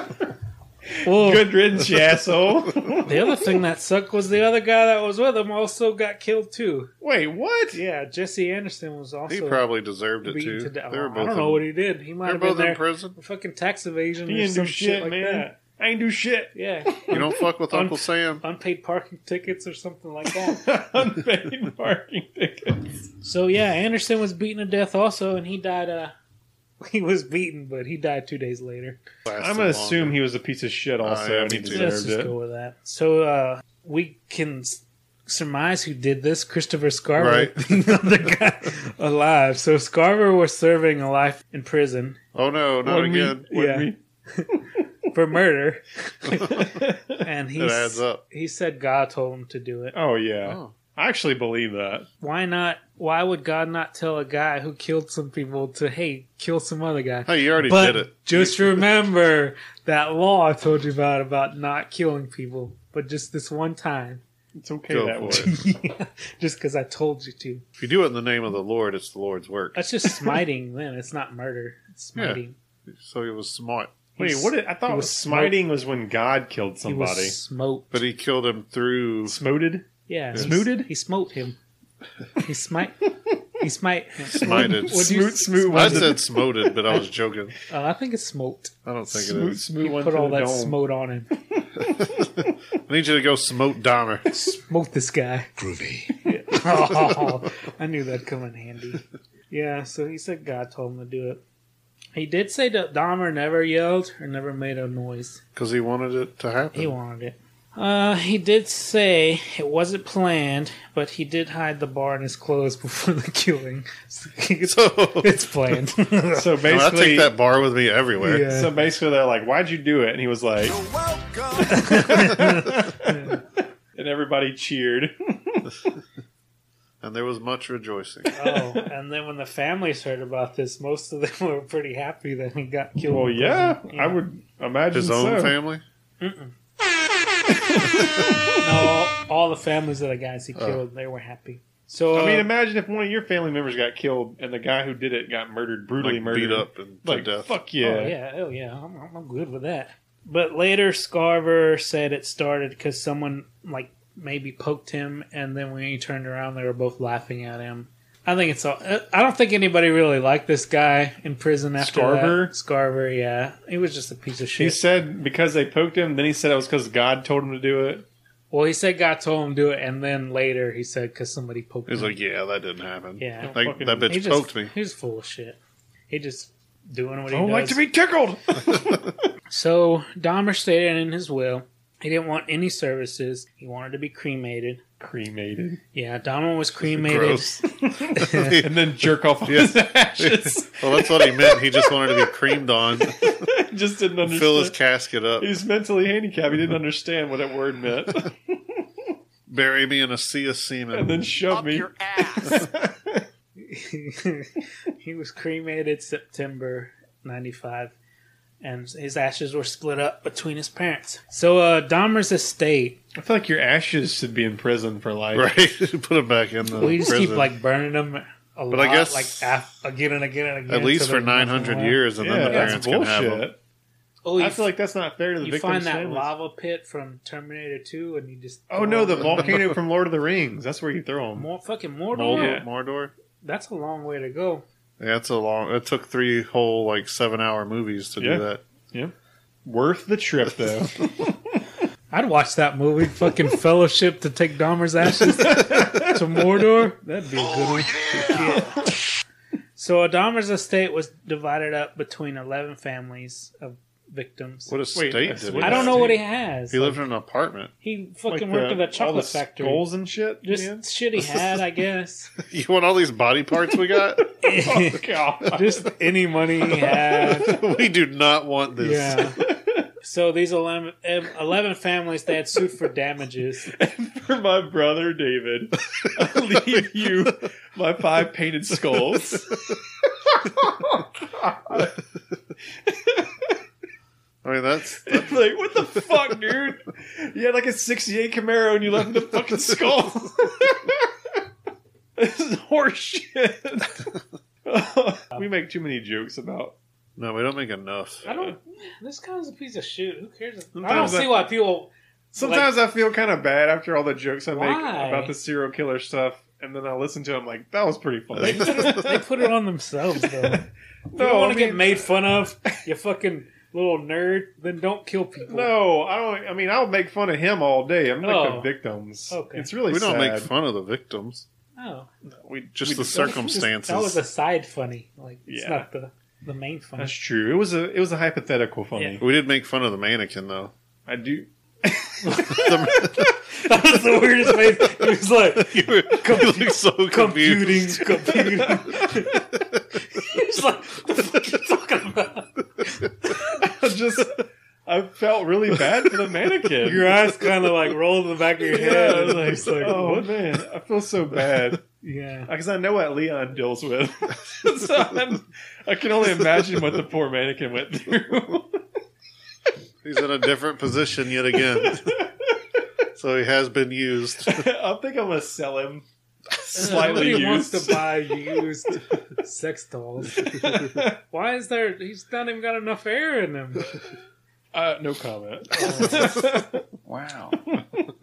[SPEAKER 2] well
[SPEAKER 1] Good riddance, you asshole.
[SPEAKER 2] the other thing that sucked was the other guy that was with him also got killed, too.
[SPEAKER 1] Wait, what?
[SPEAKER 2] Yeah, Jesse Anderson was also.
[SPEAKER 3] He probably deserved it
[SPEAKER 2] beaten
[SPEAKER 3] too.
[SPEAKER 2] to death.
[SPEAKER 3] They were
[SPEAKER 2] I
[SPEAKER 3] both
[SPEAKER 2] don't
[SPEAKER 3] in,
[SPEAKER 2] know what he did. He might
[SPEAKER 3] they're
[SPEAKER 2] have been
[SPEAKER 3] both
[SPEAKER 2] there
[SPEAKER 3] in prison.
[SPEAKER 2] for fucking tax evasion
[SPEAKER 1] He
[SPEAKER 2] or
[SPEAKER 1] didn't
[SPEAKER 2] some
[SPEAKER 1] do
[SPEAKER 2] shit,
[SPEAKER 1] shit,
[SPEAKER 2] like
[SPEAKER 1] man.
[SPEAKER 2] that.
[SPEAKER 1] I ain't do shit.
[SPEAKER 2] Yeah,
[SPEAKER 3] You don't fuck with
[SPEAKER 2] Un-
[SPEAKER 3] Uncle Sam.
[SPEAKER 2] unpaid parking tickets or something like that.
[SPEAKER 1] Unpaid parking tickets.
[SPEAKER 2] so yeah, Anderson was beaten to death also, and he died. Uh, he was beaten, but he died two days later.
[SPEAKER 1] I'm gonna assume he was a piece of shit. Also,
[SPEAKER 3] Oh, yeah,
[SPEAKER 1] and he
[SPEAKER 3] me too.
[SPEAKER 2] Let's
[SPEAKER 1] deserved
[SPEAKER 2] just go
[SPEAKER 1] it.
[SPEAKER 2] with that. So uh, we can s- surmise who did this: Christopher Scarver,
[SPEAKER 3] Right.
[SPEAKER 2] the other guy alive. So Scarver was serving a life in prison
[SPEAKER 3] Oh no, not
[SPEAKER 1] Wouldn't we-
[SPEAKER 3] again.
[SPEAKER 1] wouldn't
[SPEAKER 2] Yeah. for murder, and he
[SPEAKER 3] It adds up.
[SPEAKER 2] he said God told him to do it.
[SPEAKER 1] Oh yeah,
[SPEAKER 3] Oh.
[SPEAKER 1] I actually believe that.
[SPEAKER 2] Why not? Why would God not tell a guy who killed some people to hey kill some other guy?
[SPEAKER 3] Hey, you already
[SPEAKER 2] But
[SPEAKER 3] did it.
[SPEAKER 2] just remember that law I told you about about not killing people, but just this one time,
[SPEAKER 1] It's okay
[SPEAKER 3] Go
[SPEAKER 1] that
[SPEAKER 3] for
[SPEAKER 1] way.
[SPEAKER 3] it.
[SPEAKER 2] just because I told you to.
[SPEAKER 3] If you do it in the name of the Lord, it's the Lord's work.
[SPEAKER 2] That's just smiting. then it's not murder. It's
[SPEAKER 3] Yeah.
[SPEAKER 2] smiting.
[SPEAKER 3] So he was smart,
[SPEAKER 1] Wait, what? Did, I
[SPEAKER 2] he
[SPEAKER 1] thought
[SPEAKER 2] was
[SPEAKER 1] smiting was when God killed
[SPEAKER 2] He
[SPEAKER 1] somebody.
[SPEAKER 2] was smote.
[SPEAKER 3] but he killed him through.
[SPEAKER 1] Smoted?
[SPEAKER 2] Yeah, he-
[SPEAKER 1] Smooted?
[SPEAKER 2] He smote him. He smite. he smite. Him.
[SPEAKER 3] Smited.
[SPEAKER 2] What'd you
[SPEAKER 1] Smoot,
[SPEAKER 2] s-
[SPEAKER 1] smoot
[SPEAKER 3] I
[SPEAKER 1] one.
[SPEAKER 3] said smoted, but I was joking.
[SPEAKER 2] Oh, I think it's smote.
[SPEAKER 3] I don't think it
[SPEAKER 1] Smoot,
[SPEAKER 3] is.
[SPEAKER 1] smoot
[SPEAKER 2] He
[SPEAKER 1] one
[SPEAKER 2] put
[SPEAKER 1] to
[SPEAKER 2] all
[SPEAKER 1] the
[SPEAKER 2] that
[SPEAKER 1] dome.
[SPEAKER 2] smote on him.
[SPEAKER 3] I need you to go smote Dahmer.
[SPEAKER 2] smoke this guy. Groovy. I knew that'd come in handy. Yeah, so he said God told him to do it. He did say that Dahmer never yelled or never made a noise.
[SPEAKER 3] because he wanted it to happen.
[SPEAKER 2] He wanted it. Uh, he did say it wasn't planned, but he did hide the bar in his clothes before the killing. So it's,
[SPEAKER 1] Oh.
[SPEAKER 3] So
[SPEAKER 2] it's planned.
[SPEAKER 1] So
[SPEAKER 3] I take
[SPEAKER 1] basically,
[SPEAKER 3] that bar with me everywhere.
[SPEAKER 2] Yeah.
[SPEAKER 1] so basically, they're like, "Why'd you do it?" And he was like,
[SPEAKER 4] You're welcome.
[SPEAKER 1] and everybody cheered.
[SPEAKER 3] And there was much rejoicing.
[SPEAKER 2] oh, and then when the families heard about this, most of them were pretty happy that he got killed.
[SPEAKER 1] well, yeah, I would imagine
[SPEAKER 3] His own
[SPEAKER 1] so.
[SPEAKER 3] family.
[SPEAKER 2] No, all the families of the guys he killed, they were happy. So
[SPEAKER 1] Uh. I
[SPEAKER 2] uh,
[SPEAKER 1] mean, imagine if one of your family members got killed and the guy who did it got murdered brutally,
[SPEAKER 3] Like
[SPEAKER 1] murdered,
[SPEAKER 3] beat up and to
[SPEAKER 1] like
[SPEAKER 3] death.
[SPEAKER 1] fuck yeah.
[SPEAKER 2] Oh yeah, oh yeah, I'm, I'm- I'm good with that. But later, Scarver said it started because someone like maybe poked him, and then when he turned around, they were both laughing at him. I think it's all. I- I don't think anybody really liked this guy in prison after
[SPEAKER 1] Scarver?
[SPEAKER 2] that. Scarver, yeah, he was just a piece of
[SPEAKER 1] He
[SPEAKER 2] shit.
[SPEAKER 1] said because they poked him. Then he said it was because God told him to do it.
[SPEAKER 2] well, he said God told him to do it, and then later he said because somebody poked
[SPEAKER 3] He's
[SPEAKER 2] him.
[SPEAKER 3] like, yeah, that didn't happen.
[SPEAKER 2] Yeah.
[SPEAKER 3] Like,
[SPEAKER 1] Fucking-
[SPEAKER 3] that bitch
[SPEAKER 2] he just,
[SPEAKER 3] poked me.
[SPEAKER 2] He was full of shit. He just doing what
[SPEAKER 1] I
[SPEAKER 2] he
[SPEAKER 1] don't
[SPEAKER 2] does.
[SPEAKER 1] like to be tickled.
[SPEAKER 2] So Dahmer stated in his will he didn't want any services. He wanted to be cremated.
[SPEAKER 1] Cremated
[SPEAKER 2] Yeah, Dahmer was cremated.
[SPEAKER 3] Gross.
[SPEAKER 1] and then jerk off on his ashes.
[SPEAKER 3] well, that's what he meant. He just wanted to be creamed on,
[SPEAKER 1] Just didn't understand.
[SPEAKER 3] fill his casket up,
[SPEAKER 1] He's mentally handicapped. He didn't understand what that word meant,
[SPEAKER 3] bury me in a sea of semen.
[SPEAKER 1] and then shove
[SPEAKER 5] Up
[SPEAKER 1] me.
[SPEAKER 5] your ass.
[SPEAKER 2] he was cremated September 95. and his ashes were split up between his parents. So uh, Dahmer's estate,
[SPEAKER 1] I feel like your ashes should be in prison for life.
[SPEAKER 3] Right, put him back in the
[SPEAKER 2] we just
[SPEAKER 3] prison.
[SPEAKER 2] keep like burning them. A
[SPEAKER 3] But I
[SPEAKER 2] lot,
[SPEAKER 3] guess-
[SPEAKER 2] like af- again and again and again.
[SPEAKER 3] at least
[SPEAKER 2] till
[SPEAKER 3] for
[SPEAKER 2] they run
[SPEAKER 3] nine hundred
[SPEAKER 2] somewhere.
[SPEAKER 3] years, and
[SPEAKER 1] Yeah,
[SPEAKER 3] then the
[SPEAKER 1] that's
[SPEAKER 3] parents can have him.
[SPEAKER 1] bullshit.
[SPEAKER 2] Oh, you,
[SPEAKER 1] I feel like that's not fair to the
[SPEAKER 2] you
[SPEAKER 1] victims.
[SPEAKER 2] find that
[SPEAKER 1] families.
[SPEAKER 2] lava pit from Terminator Two, and you just
[SPEAKER 1] Oh no, the volcano from Lord of the Rings. That's where you throw them.
[SPEAKER 2] more fucking Mordor.
[SPEAKER 3] Mordor.
[SPEAKER 1] Yeah.
[SPEAKER 3] Mordor.
[SPEAKER 2] That's a long way to go.
[SPEAKER 3] Yeah, it's a long. It took three whole like seven hour movies to
[SPEAKER 1] Yeah.
[SPEAKER 3] do that.
[SPEAKER 1] Worth the trip though.
[SPEAKER 2] I'd watch that movie, fucking Fellowship, to take Dahmer's ashes to Mordor. That'd be a good one. Yeah. So Dahmer's estate was divided up between eleven families of victims.
[SPEAKER 3] What a
[SPEAKER 1] Wait,
[SPEAKER 3] state
[SPEAKER 1] that's-
[SPEAKER 3] did
[SPEAKER 1] what
[SPEAKER 3] he
[SPEAKER 2] I don't
[SPEAKER 3] have?
[SPEAKER 2] know what he has.
[SPEAKER 3] He lived in an apartment.
[SPEAKER 2] he
[SPEAKER 1] Like
[SPEAKER 2] fucking worked
[SPEAKER 1] the-
[SPEAKER 2] at a
[SPEAKER 1] all the
[SPEAKER 2] chocolate factory.
[SPEAKER 1] skulls and shit.
[SPEAKER 2] Just
[SPEAKER 1] man.
[SPEAKER 2] shit he had, I guess.
[SPEAKER 3] You want all these body parts we got?
[SPEAKER 1] God.
[SPEAKER 2] Just any money he had.
[SPEAKER 3] we do not want this.
[SPEAKER 2] Yeah. So these 11, em- 11 families they had sued for damages.
[SPEAKER 1] for my brother David, I leave you my five painted skulls.
[SPEAKER 3] I mean, that's
[SPEAKER 1] like, what the fuck, dude? You had like a '68 Camaro and you left the fucking skull. this is horseshit. we make too many jokes about.
[SPEAKER 3] no. We don't make enough.
[SPEAKER 2] I don't. This guy's a piece of shit. Who cares? I don't
[SPEAKER 1] Sometimes I-
[SPEAKER 2] see why people.
[SPEAKER 1] Sometimes I feel kind of bad after all the jokes I make
[SPEAKER 2] Why?
[SPEAKER 1] about the serial killer stuff, and then I listen to them like that was pretty funny.
[SPEAKER 2] They put it on themselves though. you
[SPEAKER 1] I
[SPEAKER 2] don't want to
[SPEAKER 1] mean-
[SPEAKER 2] get made fun of. You fucking little nerd. Then don't kill people.
[SPEAKER 1] No, I don't. I mean, I'll make fun of him all day. I'm like
[SPEAKER 2] Oh.
[SPEAKER 1] the victims.
[SPEAKER 2] Okay.
[SPEAKER 1] It's really
[SPEAKER 3] we
[SPEAKER 1] sad.
[SPEAKER 3] don't make fun of the victims.
[SPEAKER 2] Oh.
[SPEAKER 3] We just
[SPEAKER 1] We
[SPEAKER 3] the
[SPEAKER 1] just-
[SPEAKER 3] circumstances.
[SPEAKER 2] That was a side funny. Like it's
[SPEAKER 1] Yeah.
[SPEAKER 2] not the the main funny.
[SPEAKER 1] That's true. It was a it was a hypothetical funny.
[SPEAKER 2] Yeah.
[SPEAKER 3] we did make fun of the mannequin though.
[SPEAKER 1] I do.
[SPEAKER 2] that was the weirdest face. He was like
[SPEAKER 3] you were you look so confused.
[SPEAKER 2] computing, computing. He's like, what the fuck you talking about?
[SPEAKER 1] I just I felt really bad for the mannequin.
[SPEAKER 2] Your eyes kind of like roll in the back of your head.
[SPEAKER 1] Yeah,
[SPEAKER 2] and it's like,
[SPEAKER 1] oh
[SPEAKER 2] what?
[SPEAKER 1] man, I feel so bad
[SPEAKER 2] Yeah.
[SPEAKER 1] because I know what Leon deals with. so I'm, I can only imagine what the poor mannequin went through.
[SPEAKER 3] He's in a different position yet again. so he has been used.
[SPEAKER 1] I think I'm gonna sell him slightly
[SPEAKER 2] Nobody
[SPEAKER 1] used.
[SPEAKER 2] wants to buy used sex dolls. Why is there? He's not even got enough air in him.
[SPEAKER 1] uh, no comment.
[SPEAKER 6] Wow.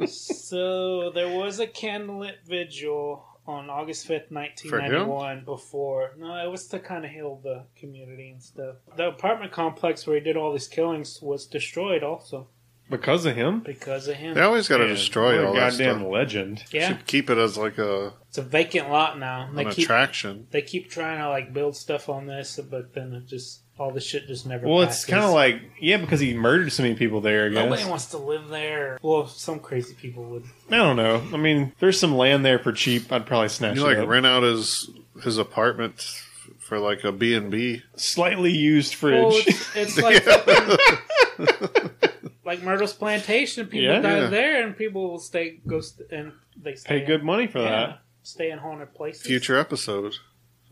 [SPEAKER 2] So there was a candlelit vigil on August 5th, 1991 before. No, it was to kind of heal the community and stuff. The apartment complex where he did all these killings was destroyed also
[SPEAKER 1] because of him.
[SPEAKER 2] because of him.
[SPEAKER 3] They always got to
[SPEAKER 1] Man,
[SPEAKER 3] destroy
[SPEAKER 1] what a
[SPEAKER 3] all that
[SPEAKER 1] goddamn
[SPEAKER 3] stuff.
[SPEAKER 1] legend.
[SPEAKER 2] Yeah,
[SPEAKER 3] Should keep it as like a
[SPEAKER 2] it's a vacant lot now. They
[SPEAKER 3] an
[SPEAKER 2] keep
[SPEAKER 3] attraction.
[SPEAKER 2] they keep trying to like build stuff on this, but then it just all the shit just never.
[SPEAKER 1] Well, it's
[SPEAKER 2] passes.
[SPEAKER 1] kind of like yeah, because he murdered so many people there. I
[SPEAKER 2] nobody
[SPEAKER 1] guess
[SPEAKER 2] wants to live there. Well, some crazy people would.
[SPEAKER 1] I don't know. I mean, there's some land there for cheap. I'd probably snatch
[SPEAKER 3] You
[SPEAKER 1] it
[SPEAKER 3] like
[SPEAKER 1] up.
[SPEAKER 3] rent out his his apartment for like a B and B.
[SPEAKER 1] Slightly used fridge.
[SPEAKER 2] Well, it's, it's like fucking- like Myrtle's plantation. People
[SPEAKER 1] Yeah.
[SPEAKER 2] die
[SPEAKER 3] Yeah.
[SPEAKER 2] there, and people will stay go st- and they stay
[SPEAKER 1] Pay good money for
[SPEAKER 2] in, yeah,
[SPEAKER 1] that.
[SPEAKER 2] stay in haunted places.
[SPEAKER 3] Future episode.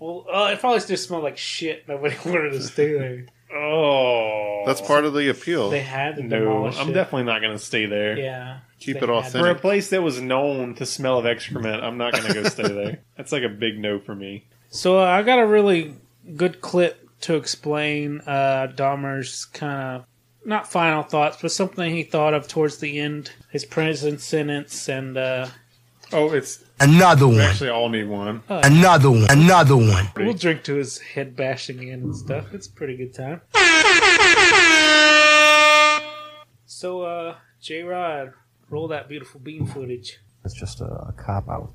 [SPEAKER 2] Well, uh, it probably just smelled like shit. Nobody wanted to stay there.
[SPEAKER 1] Oh,
[SPEAKER 3] That's part of the appeal.
[SPEAKER 2] They had to
[SPEAKER 1] No,
[SPEAKER 2] demolish
[SPEAKER 1] I'm
[SPEAKER 2] it.
[SPEAKER 1] definitely not going to stay there.
[SPEAKER 2] yeah. they
[SPEAKER 3] Keep it
[SPEAKER 2] had-
[SPEAKER 1] For a
[SPEAKER 3] authentic.
[SPEAKER 1] place that was known to smell of excrement, I'm not going to go stay there. That's like a big no for me.
[SPEAKER 2] So uh, I got a really good clip to explain uh, Dahmer's kind of not final thoughts, but something he thought of towards the end, his prison sentence, and uh,
[SPEAKER 1] Oh, it's
[SPEAKER 5] Another
[SPEAKER 1] we
[SPEAKER 5] one.
[SPEAKER 1] actually all need one.
[SPEAKER 5] Another one. Another one.
[SPEAKER 2] we'll drink to his head bashing in and stuff. It's a pretty good time. So, uh, J Rod, roll that beautiful beam footage.
[SPEAKER 6] It's just a, a cop out.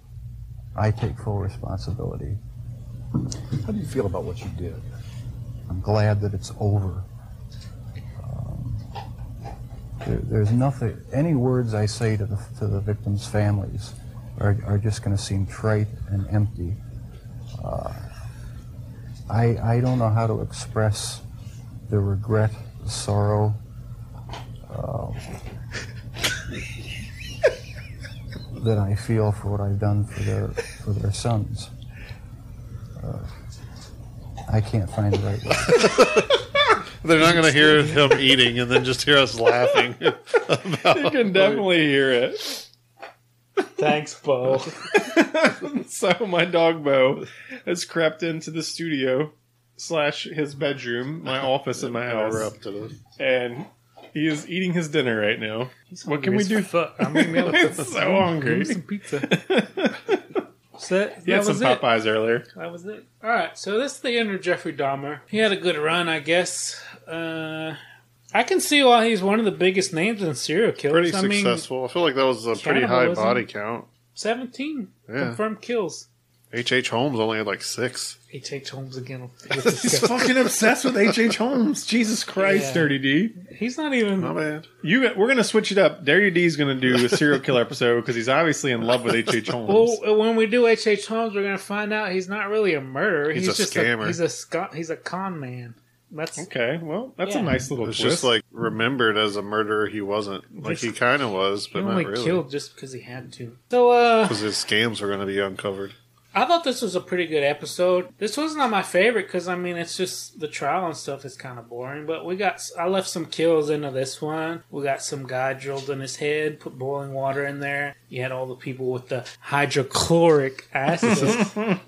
[SPEAKER 6] I take full responsibility.
[SPEAKER 8] How do you feel about what you did?
[SPEAKER 6] I'm glad that it's over. Um, there, there's nothing. Any words I say to the to the victims' families are, are just going to seem trite and empty. Uh, I I don't know how to express the regret, the sorrow. Uh, that I feel for what I've done for their for their sons. Uh, I can't find the right word.
[SPEAKER 3] They're not going to hear him eating and then just hear us laughing.
[SPEAKER 1] You can definitely hear it.
[SPEAKER 2] Thanks, Bo.
[SPEAKER 1] so my dog Bo has crept into the studio slash his bedroom, my office in my
[SPEAKER 3] Now
[SPEAKER 1] house,
[SPEAKER 3] we're up to this.
[SPEAKER 1] and he is eating his dinner right now. What can we do?
[SPEAKER 2] Fuck, I'm gonna
[SPEAKER 1] He's so hungry.
[SPEAKER 2] some pizza. So that,
[SPEAKER 1] He had
[SPEAKER 2] that
[SPEAKER 1] some
[SPEAKER 2] was it.
[SPEAKER 1] Popeyes earlier.
[SPEAKER 2] That was it. All right, so that's the end of Jeffrey Dahmer. He had a good run, I guess. Uh, I can see why he's one of the biggest names in serial killers.
[SPEAKER 3] Pretty
[SPEAKER 2] I
[SPEAKER 3] successful. I feel like that was a pretty high
[SPEAKER 2] cannibalism.
[SPEAKER 3] body count.
[SPEAKER 2] mean, seventeen
[SPEAKER 3] Yeah.
[SPEAKER 2] confirmed kills.
[SPEAKER 3] H.H. H. Holmes only had like six.
[SPEAKER 2] He takes Holmes again.
[SPEAKER 1] He's fucking obsessed with H.H. H. Holmes. Jesus Christ,
[SPEAKER 2] Yeah.
[SPEAKER 1] Dirty D.
[SPEAKER 2] He's not even.
[SPEAKER 3] Not bad.
[SPEAKER 1] You, we're gonna switch it up. Dirty D's gonna do a serial killer episode because he's obviously in love with H.H. Holmes.
[SPEAKER 2] Well, when we do H.H. H. Holmes, we're gonna find out he's not really a murderer.
[SPEAKER 3] He's
[SPEAKER 2] He's,
[SPEAKER 3] a
[SPEAKER 2] just
[SPEAKER 3] scammer.
[SPEAKER 2] A, he's a sco- he's a con man. That's
[SPEAKER 1] okay, well, that's
[SPEAKER 2] Yeah.
[SPEAKER 1] a nice little
[SPEAKER 3] It's
[SPEAKER 1] twist.
[SPEAKER 3] just like remembered as a murderer he wasn't. Like he kind of was,
[SPEAKER 2] he
[SPEAKER 3] but not
[SPEAKER 2] only
[SPEAKER 3] really.
[SPEAKER 2] killed just because he had to. So uh,
[SPEAKER 3] Because his scams were going to be uncovered.
[SPEAKER 2] I thought this was a pretty good episode. This was not my favorite because I mean it's just the trial and stuff is kind of boring. But we got I left some kills into this one. We got some guy drilled in his head, put boiling water in there. You had all the people with the hydrochloric acid.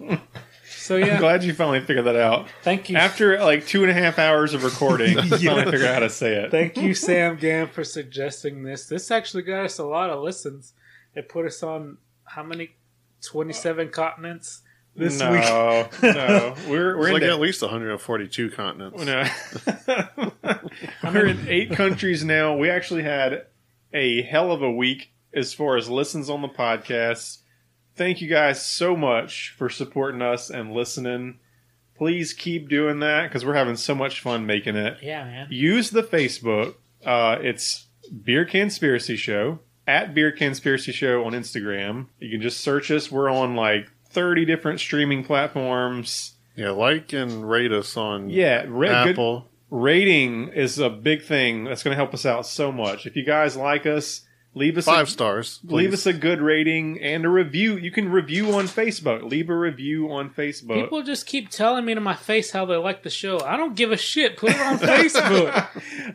[SPEAKER 2] so
[SPEAKER 1] I'm
[SPEAKER 2] yeah,
[SPEAKER 1] glad you finally figured that out.
[SPEAKER 2] thank you,
[SPEAKER 1] After like two and a half hours of recording, I finally figured out how to say it.
[SPEAKER 2] thank you, Sam Gam, for suggesting this. This actually got us a lot of listens. It put us on how many twenty seven continents this
[SPEAKER 1] no,
[SPEAKER 2] week.
[SPEAKER 1] no, we're we're
[SPEAKER 3] It's
[SPEAKER 1] in
[SPEAKER 3] like
[SPEAKER 1] the-
[SPEAKER 3] at least 142 continents.
[SPEAKER 1] no. we're in eight countries now. We actually had a hell of a week as far as listens on the podcast. Thank you guys so much for supporting us and listening. Please keep doing that because we're having so much fun making it.
[SPEAKER 2] Yeah, man.
[SPEAKER 1] use the Facebook. Uh, it's Beer Conspiracy Show at Beer Conspiracy Show on Instagram. You can just search us. We're on like thirty different streaming platforms.
[SPEAKER 3] Yeah, like and rate us on
[SPEAKER 1] Yeah, ra- good-
[SPEAKER 3] Apple.
[SPEAKER 1] rating is a big thing. That's going to help us out so much. If you guys like us, leave us
[SPEAKER 3] Five
[SPEAKER 1] a,
[SPEAKER 3] stars.
[SPEAKER 1] Leave
[SPEAKER 3] please.
[SPEAKER 1] us a good rating and a review. You can review on Facebook. Leave a review on Facebook.
[SPEAKER 2] People just keep telling me to my face how they like the show. I don't give a shit. Put it on Facebook.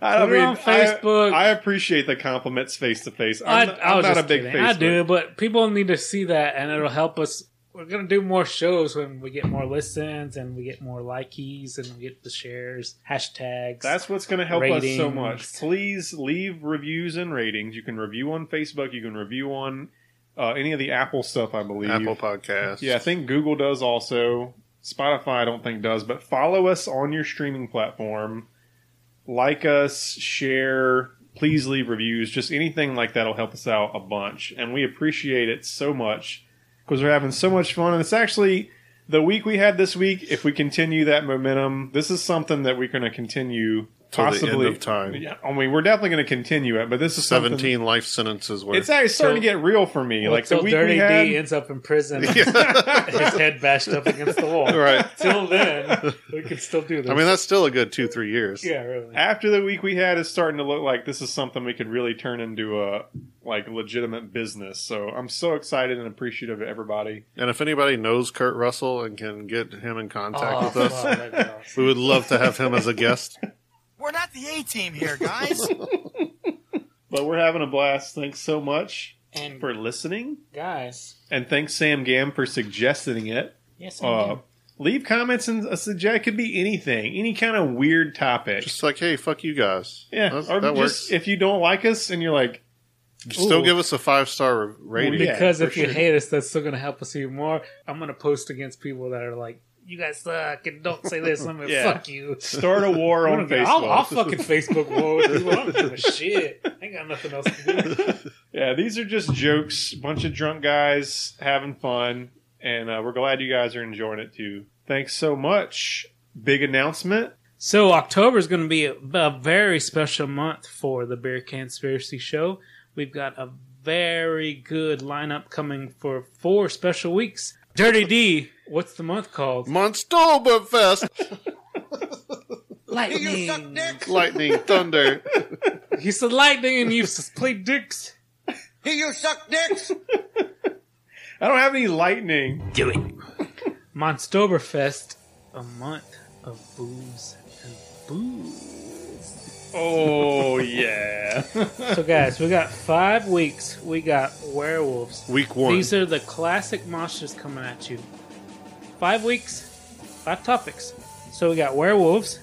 [SPEAKER 1] I
[SPEAKER 2] Put it on Facebook.
[SPEAKER 1] I, I appreciate the compliments face to face.
[SPEAKER 2] I,
[SPEAKER 1] I'm not,
[SPEAKER 2] I
[SPEAKER 1] I'm
[SPEAKER 2] was
[SPEAKER 1] not
[SPEAKER 2] just
[SPEAKER 1] a big
[SPEAKER 2] kidding.
[SPEAKER 1] Facebook.
[SPEAKER 2] I do, but people need to see that, and it'll help us. We're gonna do more shows when we get more listens and we get more likeys and we get the shares, hashtags.
[SPEAKER 1] That's what's going to help us so
[SPEAKER 2] Ratings.
[SPEAKER 1] much. Please leave reviews and ratings. You can review on Facebook. You can review on uh, any of the Apple stuff, I believe.
[SPEAKER 3] Apple Podcast.
[SPEAKER 1] Yeah, I think Google does also. Spotify, I don't think does, but follow us on your streaming platform. Like us, share, please leave reviews. Just anything like that will help us out a bunch. And we appreciate it so much because we're having so much fun. And it's actually the week we had this week. If we continue that momentum, this is something that we're going to continue
[SPEAKER 3] Till the end
[SPEAKER 1] possibly.
[SPEAKER 3] of time.
[SPEAKER 1] Yeah, I mean, we're definitely going to continue it, but this is something-
[SPEAKER 3] 17 life sentences worth.
[SPEAKER 1] It's actually starting
[SPEAKER 2] So-
[SPEAKER 1] to get real for me. like the
[SPEAKER 2] until
[SPEAKER 1] week
[SPEAKER 2] Dirty
[SPEAKER 1] we had,
[SPEAKER 2] D ends up in prison, his head bashed up against the wall.
[SPEAKER 3] right.
[SPEAKER 2] Till then, we can still do this.
[SPEAKER 3] I mean, that's still a good two, three years.
[SPEAKER 2] yeah, really.
[SPEAKER 1] after the week we had, it's starting to look like this is something we could really turn into a like legitimate business. So I'm so excited and appreciative of everybody.
[SPEAKER 3] And if anybody knows Kurt Russell and can get him in contact
[SPEAKER 2] Oh,
[SPEAKER 3] with us,
[SPEAKER 2] fuck, that'd be awesome.
[SPEAKER 3] we would love to have him as a guest.
[SPEAKER 4] We're not the A team here, guys.
[SPEAKER 1] But we're having a blast. Thanks so much
[SPEAKER 2] And
[SPEAKER 1] for listening,
[SPEAKER 2] guys,
[SPEAKER 1] and thanks Sam Gam for suggesting it.
[SPEAKER 2] yes, I
[SPEAKER 1] Uh,
[SPEAKER 2] do.
[SPEAKER 1] leave comments and a suggest. It could be anything, any kind of weird topic.
[SPEAKER 3] Just like, hey, fuck you guys.
[SPEAKER 1] yeah,
[SPEAKER 3] That's-
[SPEAKER 1] or
[SPEAKER 3] that
[SPEAKER 1] just
[SPEAKER 3] works.
[SPEAKER 1] if you don't like us and you're like,
[SPEAKER 3] still
[SPEAKER 2] Ooh.
[SPEAKER 3] give us a five star rating.
[SPEAKER 1] Well, yeah.
[SPEAKER 2] because
[SPEAKER 1] for
[SPEAKER 2] if you
[SPEAKER 1] sure.
[SPEAKER 2] hate us, that's still going to help us even more. I'm going to post against people that are like, "You guys suck," and don't say this. I'm going to
[SPEAKER 1] Yeah.
[SPEAKER 2] fuck you.
[SPEAKER 1] start a war
[SPEAKER 2] I'm
[SPEAKER 1] on
[SPEAKER 2] gonna be- I'll, I'll
[SPEAKER 1] Facebook.
[SPEAKER 2] fucking Facebook war with people. I don't give a shit. I ain't got nothing else to do.
[SPEAKER 1] Yeah, these are just jokes. Bunch of drunk guys having fun, and uh, we're glad you guys are enjoying it too. Thanks so much. Big announcement.
[SPEAKER 2] So October is going to be a, a very special month for the Beer Conspiracy Show. We've got a very good lineup coming for four special weeks. Dirty D, what's the month called?
[SPEAKER 3] Monstoberfest,
[SPEAKER 4] you suck
[SPEAKER 2] Lightning.
[SPEAKER 4] dick.
[SPEAKER 3] lightning, thunder.
[SPEAKER 2] He said lightning, and you s- played dicks.
[SPEAKER 4] Do you suck dicks?
[SPEAKER 1] I don't have any lightning.
[SPEAKER 2] Monstoberfest, a month of booze and booze.
[SPEAKER 1] Oh yeah.
[SPEAKER 2] So, guys, we got five weeks. We got werewolves.
[SPEAKER 3] Week one.
[SPEAKER 2] These are the classic monsters coming at you. Five weeks, five topics. So we got werewolves,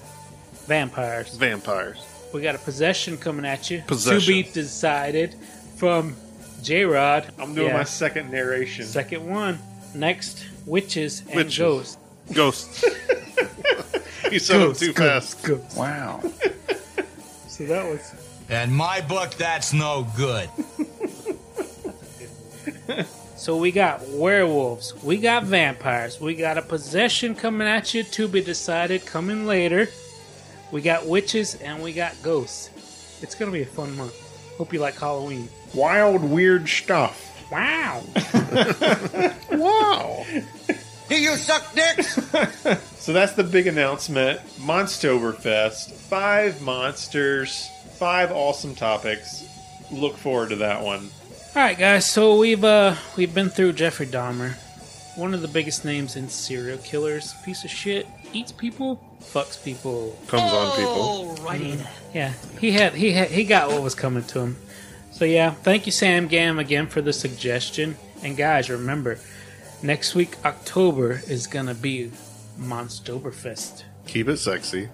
[SPEAKER 2] vampires.
[SPEAKER 3] Vampires.
[SPEAKER 2] We got a possession coming at you. To
[SPEAKER 3] Possession.
[SPEAKER 2] be decided from J Rod.
[SPEAKER 1] I'm doing my second narration.
[SPEAKER 2] second one. Next, witches and
[SPEAKER 3] Witches.
[SPEAKER 2] ghosts.
[SPEAKER 3] Ghosts. you said them too fast.
[SPEAKER 8] Wow.
[SPEAKER 2] So that was
[SPEAKER 5] In my book, that's no good.
[SPEAKER 2] So we got werewolves, we got vampires, we got a possession coming at you to be decided coming later. We got witches and we got ghosts. It's gonna be a fun month. Hope you like Halloween.
[SPEAKER 1] Wild weird stuff.
[SPEAKER 2] Wow.
[SPEAKER 1] Wow.
[SPEAKER 5] Do you suck dicks?
[SPEAKER 1] So that's the big announcement. Monstoberfest. Five monsters, five awesome topics. Look forward to that one.
[SPEAKER 2] All right, guys. So we've uh, we've been through Jeffrey Dahmer, one of the biggest names in serial killers. Piece of shit, eats people, fucks people.
[SPEAKER 3] Comes on people.
[SPEAKER 2] Yeah, he had he had he got what was coming to him. So yeah, thank you, Sam Gam, again for the suggestion. And guys, remember, next week October is gonna be Monstoberfest.
[SPEAKER 3] Keep it sexy.